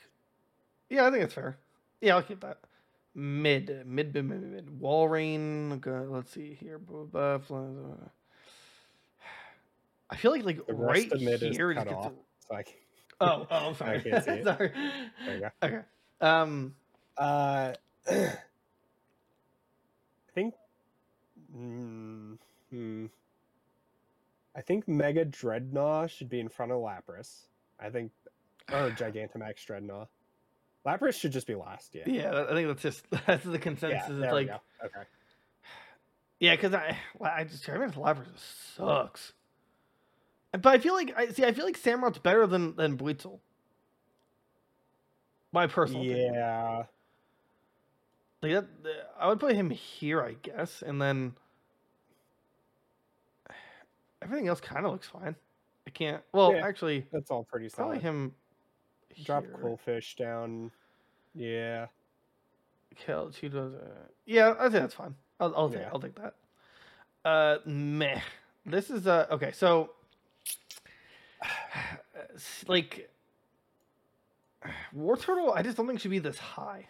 B: yeah, I think it's fair. Yeah, I'll keep that. Mid, mid, mid, mid, mid, mid. Walrein. go- Let's see here. blah, blah, blah, blah, blah. I feel like like
C: The
B: right
C: rest of mid is
B: here. it
C: cut
B: gets-
C: off. It's like
B: Oh, oh, I'm sorry.
C: can't see it.
B: sorry.
C: you go.
B: Okay. Um.
C: uh, I think. Mm, hmm. I think Mega Dreadnought should be in front of Lapras. I think, or Gigantamax Dreadnought. Lapras should just be last. Yeah.
B: Yeah, I think that's just that's the
C: Yeah,
B: consensus.
C: there
B: it's
C: we
B: like
C: go. Okay.
B: Yeah, because I, well, I just Charmander's Lapras just sucks. But I feel like I see. I feel like Samurot's better than than Buitzel. My personal, opinion.
C: Yeah.
B: Like that, the- I would put him here, I guess, and then everything else kind of looks fine. I can't. Well,
C: Yeah.
B: actually,
C: That's all pretty
B: probably
C: solid.
B: him.
C: Drop
B: here.
C: Coolfish down. Yeah.
B: Kill she does. Uh, yeah, I think that's fine. I'll I'll, take,
C: Yeah.
B: I'll take that. Uh, meh. This is uh okay. So, s- like, War Turtle, I just don't think should be this high.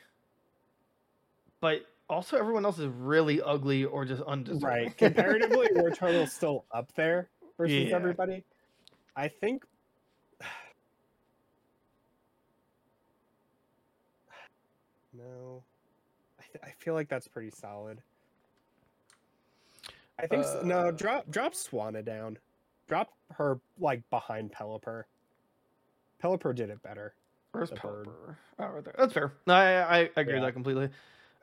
B: But also, everyone else is really ugly or just undeserving.
C: Right. Comparatively, War Turtle's still up there versus
B: Yeah.
C: everybody. I think. No. I I feel like that's pretty solid. I think s no.
B: Uh,
C: Drop drop Swana down. Drop her like behind Pelipper. Pelipper did it better.
B: Where's
C: The bird.
B: Pelipper? Oh, right there. That's fair. No, I, I I agree with
C: Yeah.
B: that completely.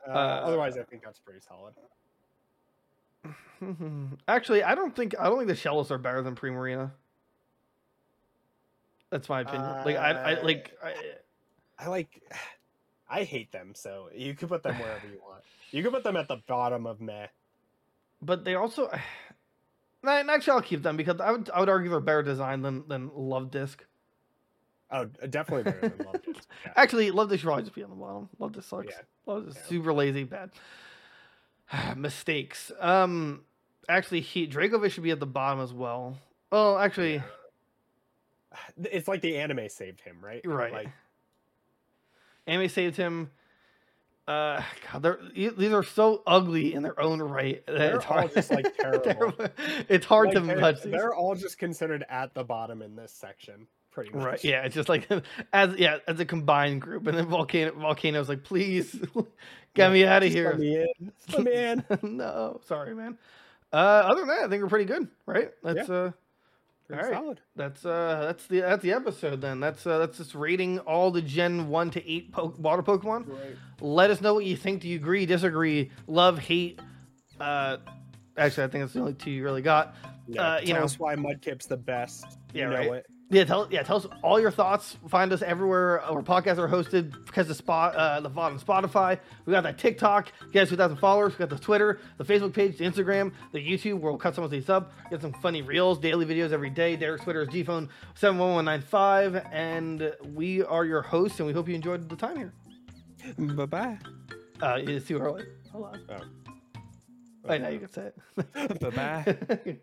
C: Uh, otherwise, I think that's pretty solid.
B: Actually, I don't think I don't think the shells are better than Primarina. That's my opinion. like I, I
C: Uh,
B: like I,
C: I like. I hate them, so you can put them wherever you want. You can put them at the bottom of meh.
B: but they also. Nah, and actually, I'll keep them because I would I would argue they're better designed than than Love Disc.
C: Oh, definitely better than Love Disc. Yeah.
B: Actually, Love Disc should probably just be on the bottom. Love Disc sucks.
C: Yeah.
B: Love Disc
C: Yeah.
B: is super lazy, bad mistakes. Um, actually, he Dracovish should be at the bottom as well. Oh, actually,
C: Yeah. It's like the anime saved him, right?
B: You're right.
C: Like,
B: Anime saved him. Uh, God, they're, e- these are so ugly in their own right. that
C: They're
B: it's hard.
C: all just, like,
B: they're-
C: terrible.
B: it's hard
C: like,
B: to
C: they're,
B: touch these.
C: They're all just considered at the bottom in this section, pretty much.
B: Right? Yeah, it's just like as yeah as a combined group, and then volcano volcano's like, please get
C: Yeah,
B: me out of
C: Just
B: here.
C: Let me in. Just let me in.
B: no, sorry, man. Uh, other than that, I think we're pretty good, right? That's uh,
C: Pretty
B: All right.
C: solid.
B: that's uh, that's the that's the episode then. That's uh, that's just rating all the Gen one to eight po- water Pokemon. Let us know what you think. Do you agree, disagree, love, hate? Uh, actually, I think that's the only two you really got.
C: Yeah,
B: uh, you
C: tell
B: know-
C: us why Mudkip's the best.
B: Yeah,
C: you know
B: right.
C: it.
B: Yeah, tell yeah, tell us all your thoughts. Find us everywhere. Our podcasts are hosted because the spot uh, the VOD on Spotify. We got that TikTok. You guys, two thousand followers. We got the Twitter, the Facebook page, the Instagram, the YouTube. Where we'll cut some of these up. Get some funny reels, daily videos every day. Derek's Twitter is gphone seven one one nine five, and we are your hosts. And we hope you enjoyed the time here.
C: Bye bye.
B: Uh, it's too early. Hold on.
C: Oh.
B: I know you can say it.
C: Bye bye.
B: Bye.